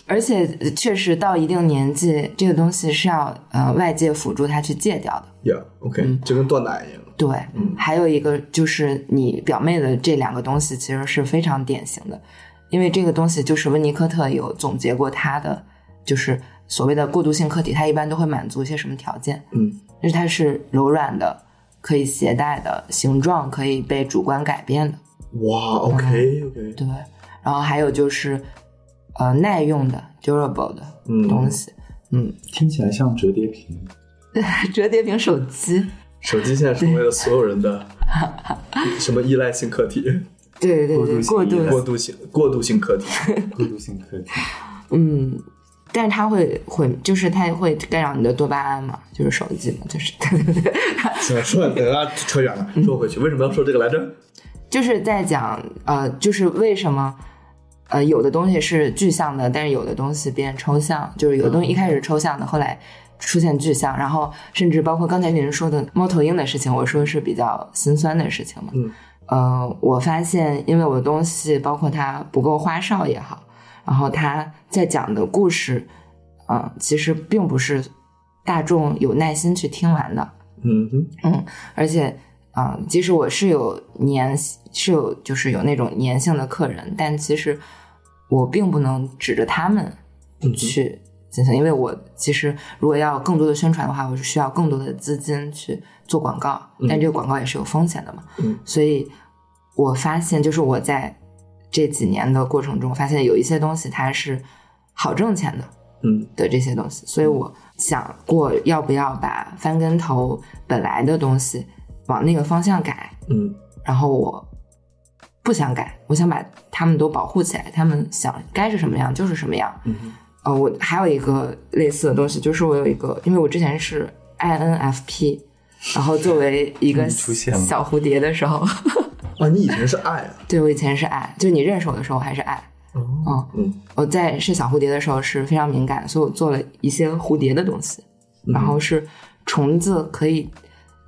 S2: 而且确实到一定年纪，这个东西是要呃外界辅助他去戒掉的。
S1: 呀、yeah,，OK，、就
S2: 嗯
S1: 跟断奶一样。
S2: 对，还有一个就是你表妹的这两个东西其实是非常典型的，因为这个东西就是温尼科特有总结过他的，就是所谓的过渡性客体，它一般都会满足一些什么条件？
S1: 嗯，
S2: 就是它是柔软的，可以携带的，形状可以被主观改变的，嗯
S1: 哇，OK，OK，、
S2: 对。然后还有就是呃耐用的 durable 的
S1: 嗯
S2: 东西。嗯，
S3: 听起来像折叠屏。
S2: 折叠屏手机，
S1: 手机现在成为了所有人 的什么依赖性课题，
S2: 对对对，过
S3: 过度
S2: 度
S3: 信 任
S1: 过渡性过渡性课题。
S3: 过渡性科技，
S2: 嗯，但是它会会，就是它会干扰你的多巴胺嘛，就是手机嘛，就是 对对对，
S1: 行，说等下扯远了，说回去，为什么要说这个来着？
S2: 就是在讲呃，就是为什么呃有的东西是具象的，但是有的东西变抽象，就是有的东西一开始抽象的，后来。出现具象，然后甚至包括刚才您说的猫头鹰的事情，我说是比较心酸的事情嘛。
S1: 嗯，
S2: 呃，我发现，因为我的东西，包括它不够花哨也好，然后它在讲的故事，呃，其实并不是大众有耐心去听完的。
S1: 嗯哼，
S2: 而且，嗯、即使我是有粘是有就是有那种粘性的客人，但其实我并不能指着他们
S1: 嗯哼
S2: 去进行，因为我其实如果要更多的宣传的话，我是需要更多的资金去做广告，但这个广告也是有风险的嘛。
S1: 嗯
S2: 所以我发现，就是我在这几年的过程中，发现有一些东西它是好挣钱的，
S1: 嗯
S2: 的这些东西，所以
S3: 嗯
S2: 我想过要不要把翻跟头本来的东西往那个方向改，
S1: 嗯
S2: 然后我不想改，我想把他们都保护起来，他们想该是什么样就是什么样。
S1: 嗯哼
S2: 呃，我还有一个类似的东西，就是我有一个，因为我之前是 INFP，然后作为一个
S3: 你出现了
S2: 小蝴蝶的时候，
S1: 啊，你以前是爱啊，
S2: 对我以前是爱，就你认识我的时候还是爱，
S1: 哦，
S2: 嗯，
S1: 嗯
S2: 我在是小蝴蝶的时候是非常敏感，所以我做了一些蝴蝶的东西，
S1: 嗯
S2: 然后是虫子可以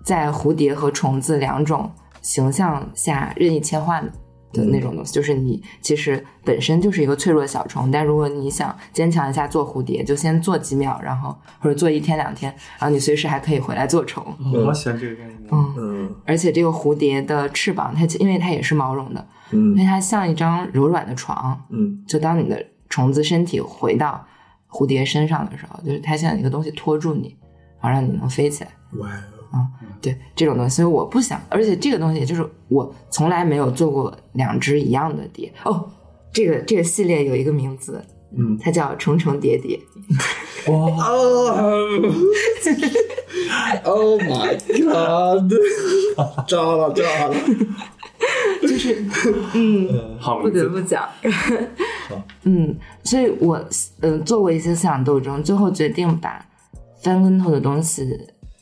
S2: 在蝴蝶和虫子两种形象下任意切换的。
S1: 嗯
S2: 的那种东西，就是你其实本身就是一个脆弱的小虫，但如果你想坚强一下做蝴蝶，就先做几秒，然后或者做一天两天，然后你随时还可以回来做虫。
S3: 我好喜欢这个概念。
S2: 嗯，
S1: 嗯
S2: 而且这个蝴蝶的翅膀，它其因为它也是毛绒的，因为
S1: 嗯
S2: 它像一张柔软的床，
S1: 嗯
S2: 就当你的虫子身体回到蝴蝶身上的时候，就是它像一个东西托住你，然后让你能飞起来。啊
S1: 哇哦，
S2: 对这种东西，所以我不想，而且这个东西就是我从来没有做过两只一样的蝶哦。这个这个系列有一个名字，
S1: 嗯
S2: 它叫重重叠叠。
S3: 哇，
S1: 哦，Oh my God，炸了炸了，
S3: 呃好
S2: 不
S3: 名
S2: 得
S3: 字，
S2: 不讲。 嗯，所以我嗯、呃做过一些思想斗争，最后决定把翻跟头的东西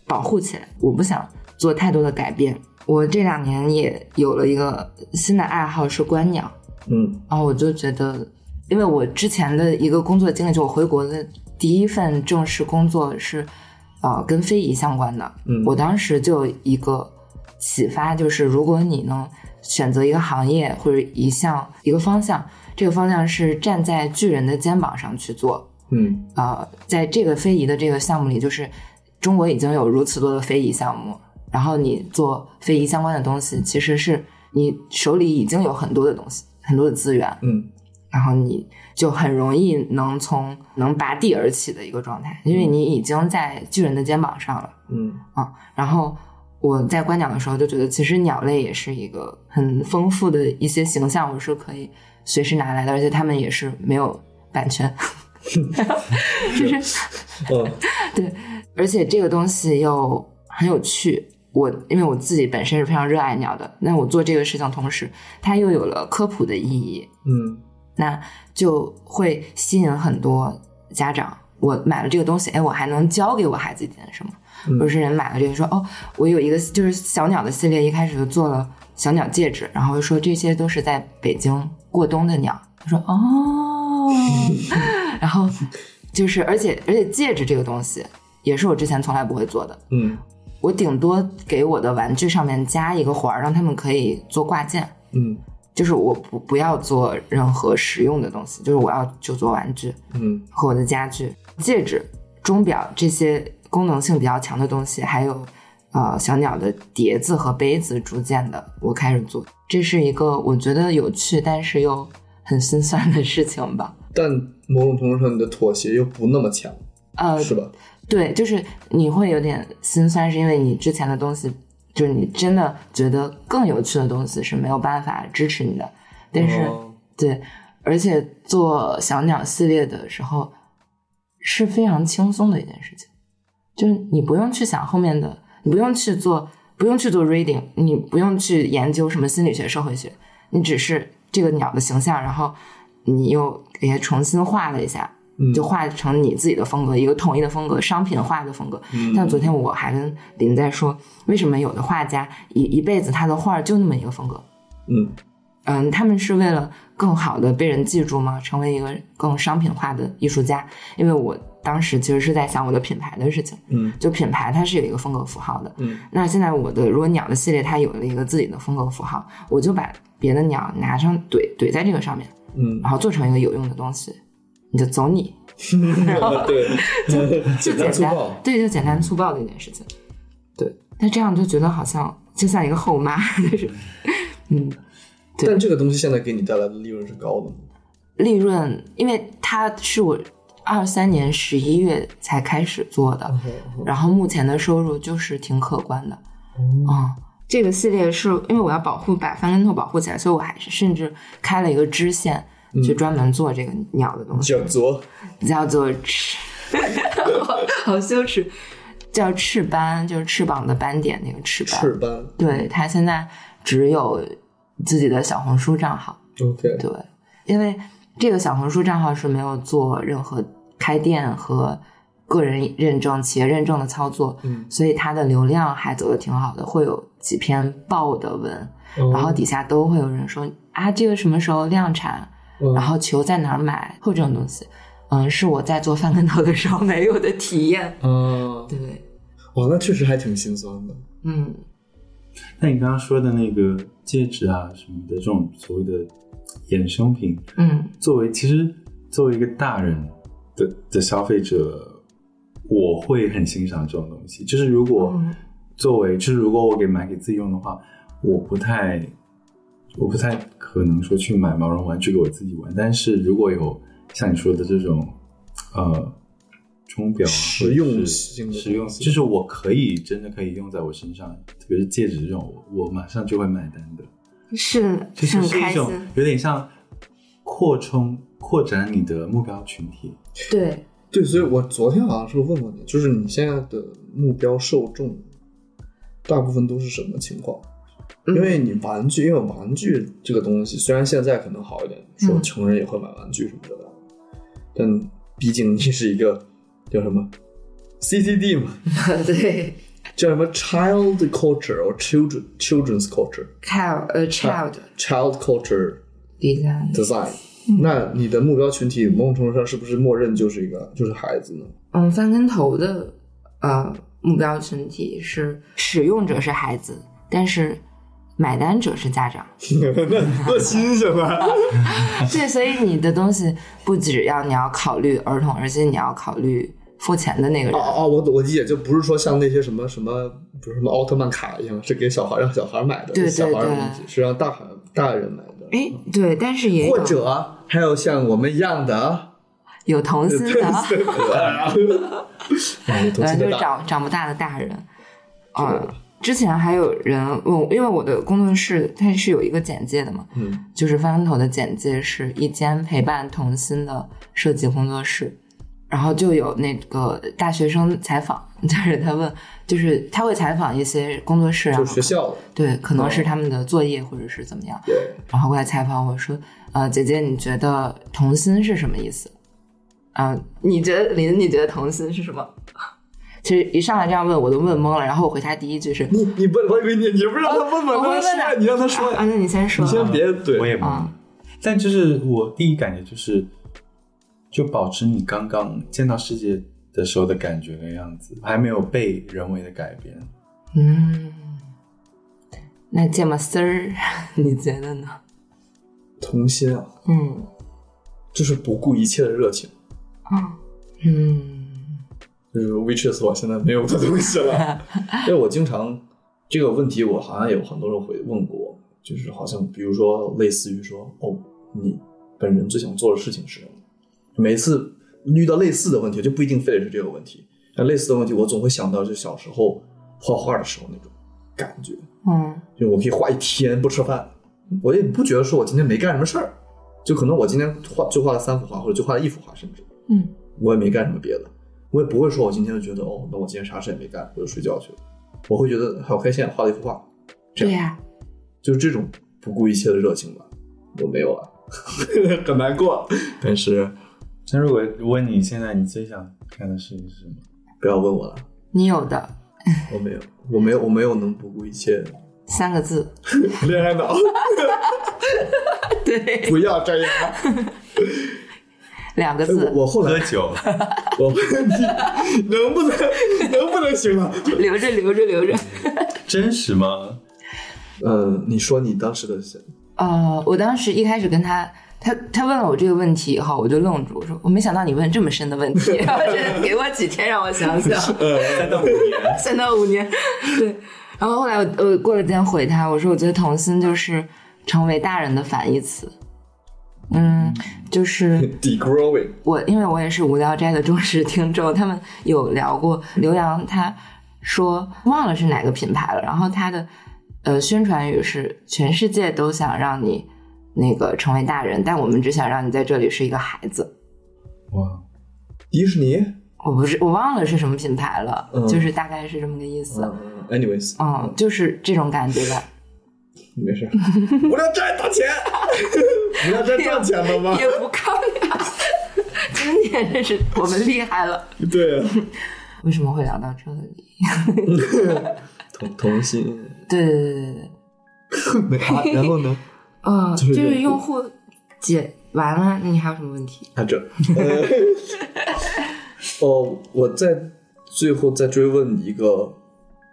S2: 保护起来。我不想做太多的改变。我这两年也有了一个新的爱好是观鸟，
S1: 嗯
S2: 然后我就觉得，因为我之前的一个工作经历，就我回国的第一份正式工作是，呃，跟非遗相关的。
S1: 嗯
S2: 我当时就有一个启发，就是如果你能选择一个行业或者一项一个方向，这个方向是站在巨人的肩膀上去做，
S1: 嗯
S2: 呃，在这个非遗的这个项目里，就是中国已经有如此多的非遗项目，然后你做非遗相关的东西，其实是你手里已经有很多的东西，很多的资源，
S1: 嗯
S2: 然后你就很容易能从能拔地而起的一个状态，因为你已经在巨人的肩膀上了。
S1: 嗯
S2: 啊。然后我在观鸟的时候就觉得，其实鸟类也是一个很丰富的一些形象，我是可以随时拿来的，而且它们也是没有版权， 就是
S1: 嗯
S2: 对，而且这个东西又很有趣。我因为我自己本身是非常热爱鸟的，那我做这个事情同时，它又有了科普的意义，
S1: 嗯
S2: 那就会吸引很多家长。我买了这个东西，哎，我还能教给我孩子一点什么？
S1: 嗯
S2: 有些人买了这个说，哦，我有一个就是小鸟的系列，一开始就做了小鸟戒指，然后说这些都是在北京过冬的鸟。他说哦，然后就是而且而且戒指这个东西也是我之前从来不会做的，
S1: 嗯
S2: 我顶多给我的玩具上面加一个环儿，让他们可以做挂件。
S1: 嗯
S2: 就是我不不要做任何实用的东西，就是我要就做玩具
S1: 嗯
S2: 和我的家具、戒指、钟表这些功能性比较强的东西，还有呃小鸟的碟子和杯子，逐渐的我开始做，这是一个我觉得有趣但是又很心酸的事情吧。
S1: 但某种程度上，你的妥协又不那么强，
S2: 呃，
S1: 是吧？
S2: 对，就是你会有点心酸，是因为你之前的东西，就是你真的觉得更有趣的东西是没有办法支持你的，但是、
S1: 哦
S2: 对，而且做小鸟系列的时候是非常轻松的一件事情，就是你不用去想后面的，你不用去做，不用去做 reading，你不用去研究什么心理学、社会学，你只是这个鸟的形象，然后你又给它重新画了一下，
S1: 嗯
S2: 就画成你自己的风格，一个统一的风格，商品化的风格。
S1: 嗯
S2: 像昨天我还跟林在说，为什么有的画家一一辈子他的画儿就那么一个风格？
S1: 嗯
S2: 嗯，他们是为了更好的被人记住吗？成为一个更商品化的艺术家？因为我当时其实是在想我的品牌的事情，
S1: 嗯
S2: 就品牌它是有一个风格符号的。
S1: 嗯
S2: 那现在我的如果鸟的系列它有了一个自己的风格符号，我就把别的鸟拿上怼怼在这个上面，
S1: 嗯，
S2: 然后做成一个有用的东西，你就走你，
S1: 对，
S2: 就
S1: 简
S2: 啊 简
S1: 单粗
S2: 单
S1: 暴，，
S2: 对，就简单粗暴的一件事情。对，那这样就觉得好像就像一个后妈， 就是嗯。对
S1: 但这个东西现在给你带来的利润是高的吗？
S2: 利润，因为它是我二三年十一月才开始做的，然后目前的收入就是挺可观的。嗯，这个系列是因为我要保护把翻跟头保护起来，所以我还是甚至开了一个支线，去专门做这个鸟的东西，
S1: 叫做
S2: 叫做翅， 好羞耻，叫翅斑，就是翅膀的斑点那个翅斑。
S1: 赤斑
S2: 对，它现在只有自己的小红书账号。
S1: ，OK，
S2: 对，因为这个小红书账号是没有做任何开店和个人认证、企业认证的操作，
S1: 嗯，
S2: 所以它的流量还走的挺好的，会有几篇爆的文，然
S1: 哦
S2: 后底下都会有人说啊，这个什么时候量产，
S1: 嗯
S2: 然后球在哪儿买，会有这种东西。嗯，是我在做翻跟头的时候没有的体验。
S1: 啊，
S2: 对，
S1: 哇，那确实还挺心酸的。
S2: 嗯，
S3: 那你刚刚说的那个戒指啊什么的这种所谓的衍生品，
S2: 嗯，
S3: 作为其实作为一个大人的的消费者，我会很欣赏这种东西。就是如果
S2: 嗯
S3: 作为，就是如果我给买给自己用的话，我不太我不太可能说去买毛绒玩具给我自己玩。但是如果有像你说的这种呃钟表啊
S1: 实用
S3: 或者是
S1: 性的
S3: 实用，
S1: 东西
S3: 就是我可以真的可以用在我身上，特别是戒指这种，我我马上就会买单的。
S2: 是
S3: 就是
S2: 很
S3: 是
S2: 开
S3: 一
S2: 心
S3: 种，有点像扩充、扩展你的目标群体。
S2: 对，
S1: 对，所以我昨天好像是问过你，就是你现在的目标受众，大部分都是什么情况？
S2: 嗯
S1: 因为你玩具，因为玩具这个东西，虽然现在可能好一点，说
S2: 嗯
S1: 穷人也会买玩具什么的，但毕竟你是一个叫什么 CCD 嘛，
S2: 嗯 对
S1: 叫什么 Child Culture or Children Children's Culture
S2: ，child 呃 child
S1: 啊 Child Culture
S2: design
S1: Design。那
S2: 嗯
S1: 你的目标群体某种程度上是不是默认就是一个 就是孩子呢？
S2: 嗯，翻跟头的呃目标群体是使用者是孩子，但是买单者是家 长。
S1: 那新鲜 了。
S2: 对，所以你的东西不只要你要考虑儿童，而且你要考虑付钱的那个
S1: 哦
S2: 人。
S1: 哦，我我理解，就不是说像那些什么什么，比如什么奥特曼卡一样，是给小孩让小孩买的，
S2: 对对
S1: 小孩的
S2: 对
S1: 东西是让大孩大人买的，
S2: 哎，对，但是也
S1: 或
S2: 有
S1: 者还有像我们一样的，
S2: 有童心 的，
S1: 哎啊同
S2: 呃，
S1: 性
S2: 就
S1: 的
S2: 是
S1: 大
S2: 长长不大的大人。啊、之前还有人问我，因为我的工作室它是有一个简介的嘛，
S1: 嗯
S2: 就是翻跟头的简介是一间陪伴童心的设计工作室，然后就有那个大学生采访， 就是他问，就是他会采访一些工作室，然
S1: 就
S2: 后
S1: 是学校嗯的，
S2: 对，可能是他们的作业或者是怎么样，
S1: 对，
S2: 然后过来采访我说，呃，姐姐你觉得童心是什么意思？啊、你觉得林，你觉得童心是什么？ 其实一上来这样问我都问懵了，然后我回他第一句是，
S1: 你你问，我以为你你不让他问
S2: 哦我会
S1: 问
S2: 问
S1: 他
S2: 的，
S1: 说，你让他说
S2: 啊，啊，那你先说，
S1: 你先别
S3: 我
S1: 对，
S3: 也不能
S2: 啊
S3: 但就是我第一感觉就是，就保持你刚刚见到世界的时候的感觉的样子，还没有被人为的改变。
S2: 嗯，那芥末丝儿， 你觉得呢？
S1: 童心啊，
S2: 嗯
S1: 就是不顾一切的热情，
S2: 嗯
S1: 就是 which is 我现在没有的东西了。 因为我经常这个问题，我好像有很多人回问过我，就是好像比如说类似于说，哦，你本人最想做的事情是什么？每次遇到类似的问题，就不一定非得是这个问题，但类似的问题，我总会想到就小时候画画的时候那种感觉，
S2: 嗯
S1: 就我可以画一天不吃饭，我也不觉得说我今天没干什么事儿，就可能我今天画就画了三幅画，或者就画了一幅画，甚至
S2: 嗯，
S1: 我也没干什么别的，我也不会说我今天就觉得哦，那我今天啥事也没干，我就睡觉去了，我会觉得好开心，画了一幅画，这
S2: 对
S1: 样
S2: 呀、
S1: 就是这种不顾一切的热情吧，我没有啊， 很难过，但是
S3: 那如果问你现在你最想干的事情是什么？
S1: 不要问我了，
S2: 你有的
S1: 我没有，我没有，我没有能不顾一切
S2: 三个字，
S1: 恋爱脑，
S2: 对，
S1: 不要这样。
S2: 两个
S1: 哎
S2: 字，
S1: 我我后来
S3: 喝 酒，
S1: 我你能不能能不能行
S3: 哎
S1: 了？
S2: 留着留着留着。
S3: 真实吗？
S1: 呃，你说你当时的想
S2: 呃，我当时一开始跟他，他他问了我这个问题以后，我就愣住，我说我没想到你问这么深的 问题，然后这给我几天让我想想，
S3: 呃三到五年，
S2: 三到五年，对。然后后来我我过了几天回他，我说我觉得童心就是成为大人的反义词，嗯，就是
S1: degrowing，
S2: 我因为我也是无聊斋的忠实听众，他们有聊过刘洋，他说忘了是哪个品牌了，然后他的呃宣传语是全世界都想让你那个成为大人，但我们只想让你在这里是一个孩子。
S3: 哇，
S1: 迪士尼。
S2: 我不是我忘了是什么品牌了，
S1: 嗯
S2: 就是大概是这么个意思。嗯
S1: 嗯，anyways，
S2: 就是这种感觉吧，
S1: 没事。无聊斋打钱，无聊斋赚钱了吗？
S2: 也不靠呀。今年真是我们厉害了，
S1: 对 啊，
S2: 为什么会聊到这里？
S1: 童童 心。
S2: 对对对对对，
S1: 啊然后 呢？
S2: 嗯，
S1: 就是
S2: 就是
S1: 用
S2: 用户解完了，你还有什么问题？
S1: 啊，这，呃哦，我在最后再追问一个，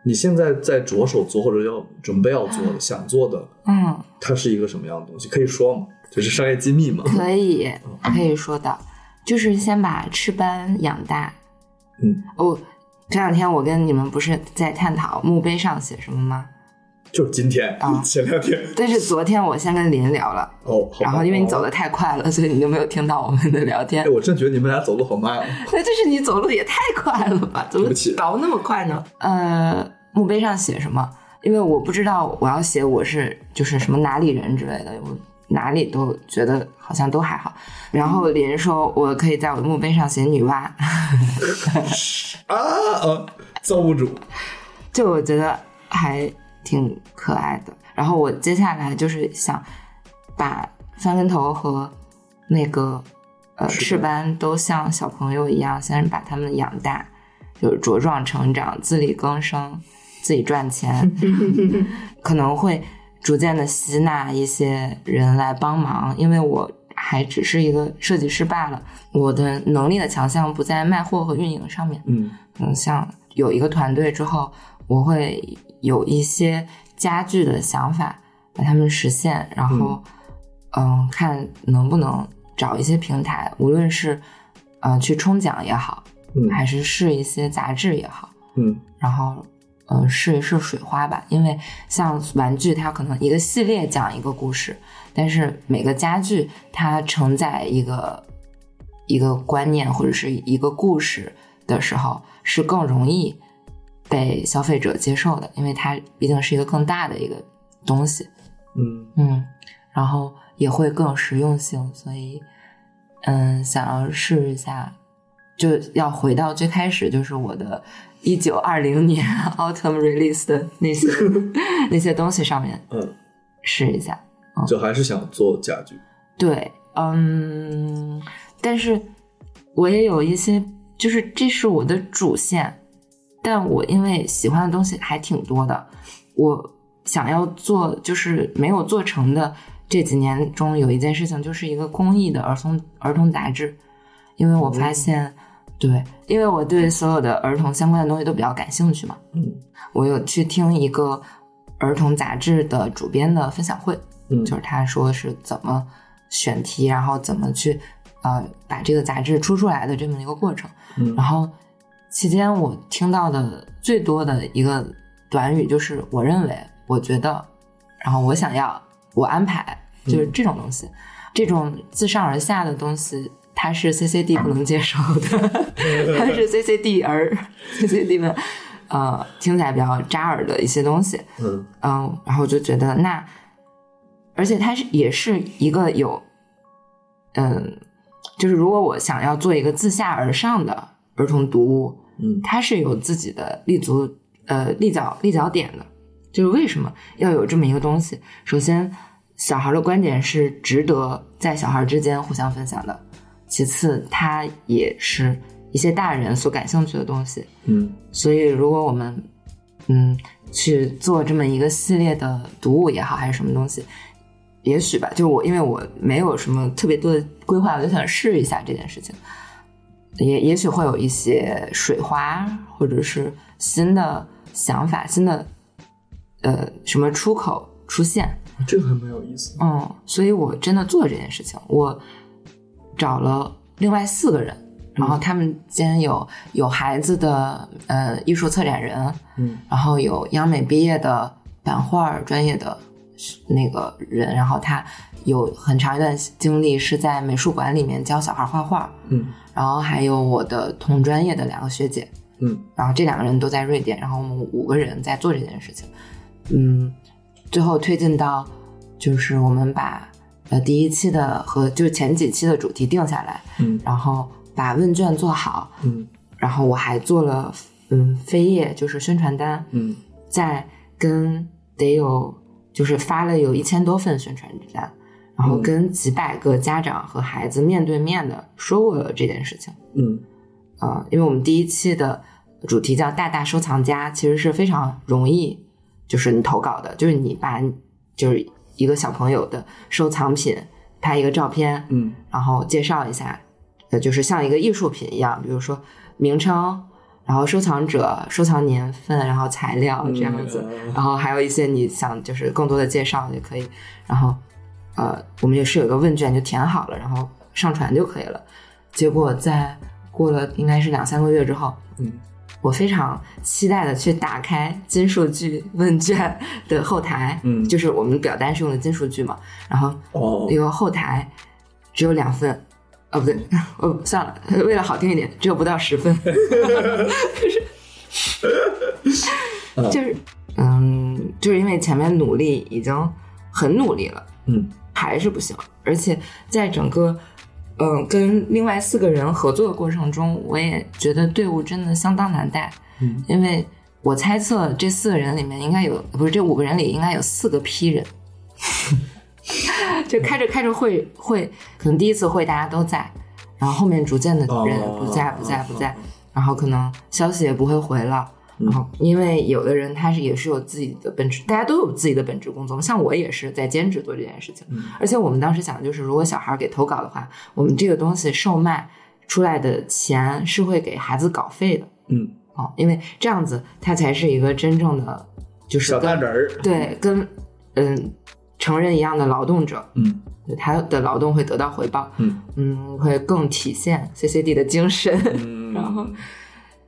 S1: 你现在在着手做或者要准备要做的、想做的，
S2: 嗯，
S1: 它是一个什么样的东西？可以说吗？就是商业机密嘛。
S2: 可以，可以说的，就是先把赤斑养大。
S1: 嗯，
S2: 哦，这两天我跟你们不是在探讨墓碑上写什么吗？
S1: 就是今天，
S2: 啊
S1: 前两天。
S2: 但是昨天我先跟林聊了，
S1: 哦，好吧
S2: 然后因为你走
S1: 哦
S2: 的太快了，所以你就没有听到我们的聊天
S1: 哎，。我真觉得你们俩走路好慢啊！
S2: 那就是你走路也太快了吧？怎么
S1: 对不起
S2: 倒那么快呢？呃，墓碑上写什么？因为我不知道我要写我是就是什么哪里人之类的，我哪里都觉得好像都还好。然后林说，我可以在我的墓碑上写女娲，
S1: 啊啊，造物主，
S2: 就我觉得还挺可爱的。然后我接下来就是想把翻跟头和那个呃
S1: 赤
S2: 赤斑都像小朋友一样，先把他们养大，就是茁壮成长，自力更生，自己赚钱，可能会逐渐的吸纳一些人来帮忙，因为我。还只是一个设计师罢了，我的能力的强项不在卖货和运营上面，
S1: 嗯，
S2: 嗯，像有一个团队之后，我会有一些家具的想法，把它们实现，然后，嗯、看能不能找一些平台，无论是呃去冲奖也好，
S1: 嗯
S2: 还是试一些杂志也好，
S1: 嗯
S2: 然后。呃，试一试水花吧，因为像玩具，它可能一个系列讲一个故事，但是每个家具它承载一个一个观念或者是一个故事的时候，是更容易被消费者接受的，因为它毕竟是一个更大的一个东西，
S1: 嗯，
S2: 嗯，然后也会更有实用性，所以嗯，想要试一下，就要回到最开始，就是我的一九二零年 autumn release 的那些 那些东西上面，
S1: 嗯，
S2: 试一下，
S1: 就还是想做家具，
S2: 对，嗯，但是我也有一些，就是这是我的主线，但我因为喜欢的东西还挺多的，我想要做就是没有做成的。这几年中有一件事情，就是一个公益的儿童儿童杂志，因为我发现，对，因为我对所有的儿童相关的东西都比较感兴趣嘛，
S1: 嗯
S2: 我有去听一个儿童杂志的主编的分享会，
S1: 嗯
S2: 就是他说是怎么选题，然后怎么去呃把这个杂志出出来的这么一个过程。
S1: 嗯
S2: 然后期间我听到的最多的一个短语就是我认为，我觉得，然后我想要，我安排，就是
S1: 嗯
S2: 这种东西，这种自上而下的东西。它是 CCD 不能接受的， 它是 CCD 儿 CCD 们，呃，听起来比较扎耳的一些东西。
S1: 嗯
S2: 嗯，然后我就觉得那，而且它是也是一个有嗯，就是如果我想要做一个自下而上的儿童读物，
S1: 嗯
S2: 它是有自己的立足呃立脚立脚点的。就是为什么要有这么一个东西？首先，小孩的观点是值得在小孩之间互相分享的；其次，它也是一些大人所感兴趣的东西。
S1: 嗯
S2: 所以，如果我们嗯去做这么一个系列的读物也好，还是什么东西，也许吧，就我因为我没有什么特别多的规划，我就想试一下这件事情。也也许会有一些水花，或者是新的想法、新的呃什么出口出现。
S1: 这个还蛮有意思的。
S2: 嗯，所以我真的做这件事情，我找了另外四个人，然后他们间有有孩子的呃艺术策展人，
S1: 嗯，
S2: 然后有央美毕业的版画专业的那个人，然后他有很长一段经历是在美术馆里面教小孩画画，
S1: 嗯
S2: 然后还有我的同专业的两个学姐，
S1: 嗯
S2: 然后这两个人都在瑞典，然后我们五个人在做这件事情。嗯，最后推进到就是我们把呃第一期的和就是前几期的主题定下来，
S1: 嗯
S2: 然后把问卷做好，
S1: 嗯
S2: 然后我还做了嗯飞页，就是宣传单，
S1: 嗯
S2: 在跟得有就是发了有一千多份宣传单，然
S1: 嗯
S2: 后跟几百个家长和孩子面对面的说过了这件事情。
S1: 嗯
S2: 呃，因为我们第一期的主题叫“大大收藏家”，其实是非常容易，就是你投稿的，就是你把就是一个小朋友的收藏品拍一个照片，
S1: 嗯
S2: 然后介绍一下，呃，就是像一个艺术品一样，比如说名称，然后收藏者、收藏年份，然后材料哦这样子，
S1: 嗯
S2: 然后还有一些你想就是更多的介绍也可以，然后呃，我们也是有一个问卷就填好了，然后上传就可以了。结果在过了应该是两三个月之后，
S1: 嗯
S2: 我非常期待的去打开金数据问卷的后台，
S1: 嗯
S2: 就是我们表单是用的金数据嘛，然后
S1: 哦
S2: 一个后台只有两分，哦不对， 哦算了，为了好听一点，只有不到十分， 就是就是嗯，就是因为前面努力已经很努力了，
S1: 嗯
S2: 还是不行，而且在整个。嗯，跟另外四个人合作的过程中，我也觉得队伍真的相当难带。
S1: 嗯
S2: 因为我猜测这四个人里面应该有，不是这五个人里应该有四个 P 人，就开着开着会会，可能第一次会大家都在，然后后面逐渐的人
S1: 哦
S2: 不在不在
S1: 哦嗯
S2: 不在，然后可能消息也不会回了。然后，因为有的人他是也是有自己的本职，大家都有自己的本职工作嘛。像我也是在兼职做这件事情，而且我们当时想的就是，如果小孩给投稿的话，我们这个东西售卖出来的钱是会给孩子稿费的。
S1: 嗯，
S2: 哦，因为这样子他才是一个真正的，就是
S1: 小大
S2: 跟
S1: 人儿，
S2: 对跟嗯成人一样的劳动者，
S1: 嗯
S2: 他的劳动会得到回报，
S1: 嗯
S2: 嗯，会更体现 CCD 的精神。
S1: 嗯，
S2: 然后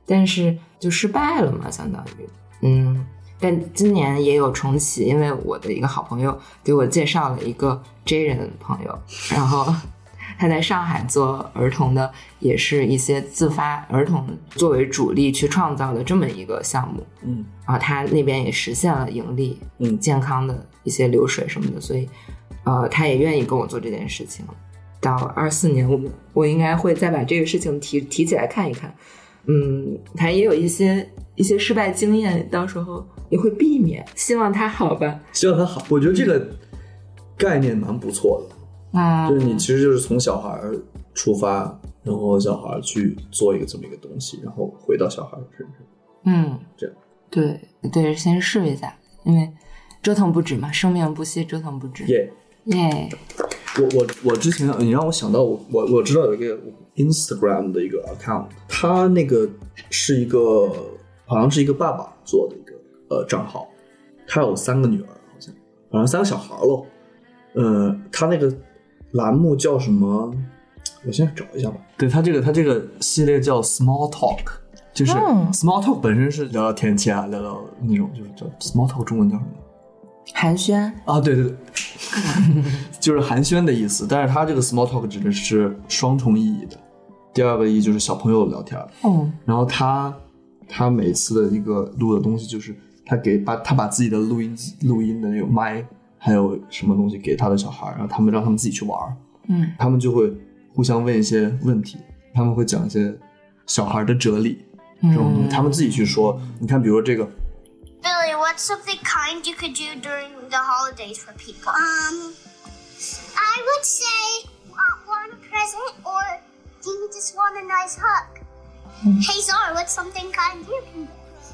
S2: 但是就失败了嘛，相当于，嗯，但今年也有重启，因为我的一个好朋友给我介绍了一个 J 人朋友，然后他在上海做儿童的，也是一些自发儿童作为主力去创造的这么一个项目，
S1: 嗯
S2: 然后他那边也实现了盈利，
S1: 嗯
S2: 健康的一些流水什么的，所以，呃，他也愿意跟我做这件事情。到二四年，我们我应该会再把这个事情提提起来看一看。嗯，他也有一些一些失败经验，到时候也会避免。希望他好吧。
S1: 希望他好。我觉得这个概念蛮不错的，
S2: 啊
S1: 就是你其实就是从小孩儿出发，然后小孩儿去做一个这么一个东西，然后回到小孩儿身上。
S2: 嗯，
S1: 这样
S2: 对对，先试一下，因为折腾不止嘛，生命不息，折腾不止。耶、
S1: 耶、我我我之前你让我想到我我我知道有一个 Instagram 的一个 account，他那个是一个好像是一个爸爸做的一个呃账号，他有三个女儿好像，好像三个小孩儿喽。呃，他那个栏目叫什么？我先找一下吧。对他这个他这个系列叫 Small Talk，就是 Small Talk 本身是聊聊天气啊，聊聊那种就是叫 Small Talk 中文叫什么？
S2: 寒暄，
S1: 啊，对对对， 就是寒暄的意思。但是它这个 small talk 指的是双重意义的，第二个意义就是小朋友聊天儿。
S2: 嗯
S1: 然后他他每次的一个录的东西就是他给把他把自己的录音机录音的那个麦还有什么东西给他的小孩儿，然后他们让他们自己去玩儿，
S2: 嗯
S1: 他们就会互相问一些问题，他们会讲一些小孩的哲理
S2: 嗯
S1: 这种东西，他们自己去说。你看，比如说这个，
S5: Billy, what's something kind you could do during the holidays for people? Um, I would say want one present or do you just want a nice hug? Hey Zara, what's something kind you can do? Hmm.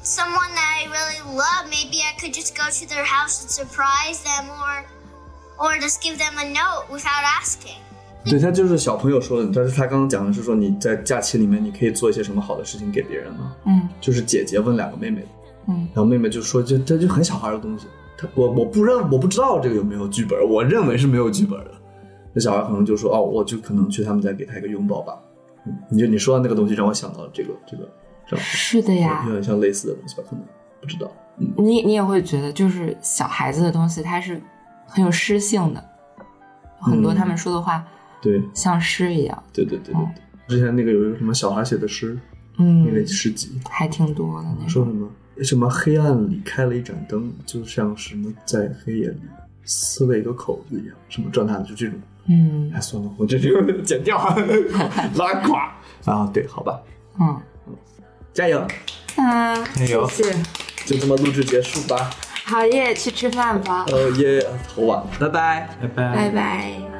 S5: Someone that I really love, maybe I could just go to their house and surprise them or or just give them a note without asking.
S1: 对他就是小朋友说的，但是他刚刚讲的是说你在假期里面你可以做一些什么好的事情给别人吗？
S2: 嗯
S1: 就是姐姐问两个妹妹，
S2: 嗯，
S1: 然后妹妹就说这这就很小孩的东西，他我我不认我不知道这个有没有剧本，我认为是没有剧本的。那小孩可能就说哦，我就可能去他们家给他一个拥抱吧。嗯你就你说的那个东西让我想到了这个这个这样，
S2: 是的呀
S1: 有，点像类似的东西吧，可能不知道。嗯，
S2: 你你也会觉得，就是小孩子的东西，它是很有诗性的，很多
S1: 嗯
S2: 他们说的话
S1: 对
S2: 像诗一样，
S1: 对对对对对。之前那个有一个什么小孩写的诗，那
S2: 哦嗯
S1: 个，诗集，
S2: 还挺多的那
S1: 说
S2: 种，
S1: 什么什么黑暗里开了一盏灯，就像什么在黑夜里撕了一个口子一样，什么这那的，就这种。
S2: 嗯
S1: 哎，算了，我这就剪掉，拉垮啊！对，好吧，
S2: 嗯，
S1: 加油，
S2: 啊，
S1: 加油
S2: 谢谢，
S1: 就这么录制结束吧。呃
S2: 好耶，去吃饭吧，
S1: 哦耶，好晚了，拜拜。
S3: 拜拜。
S2: 拜拜。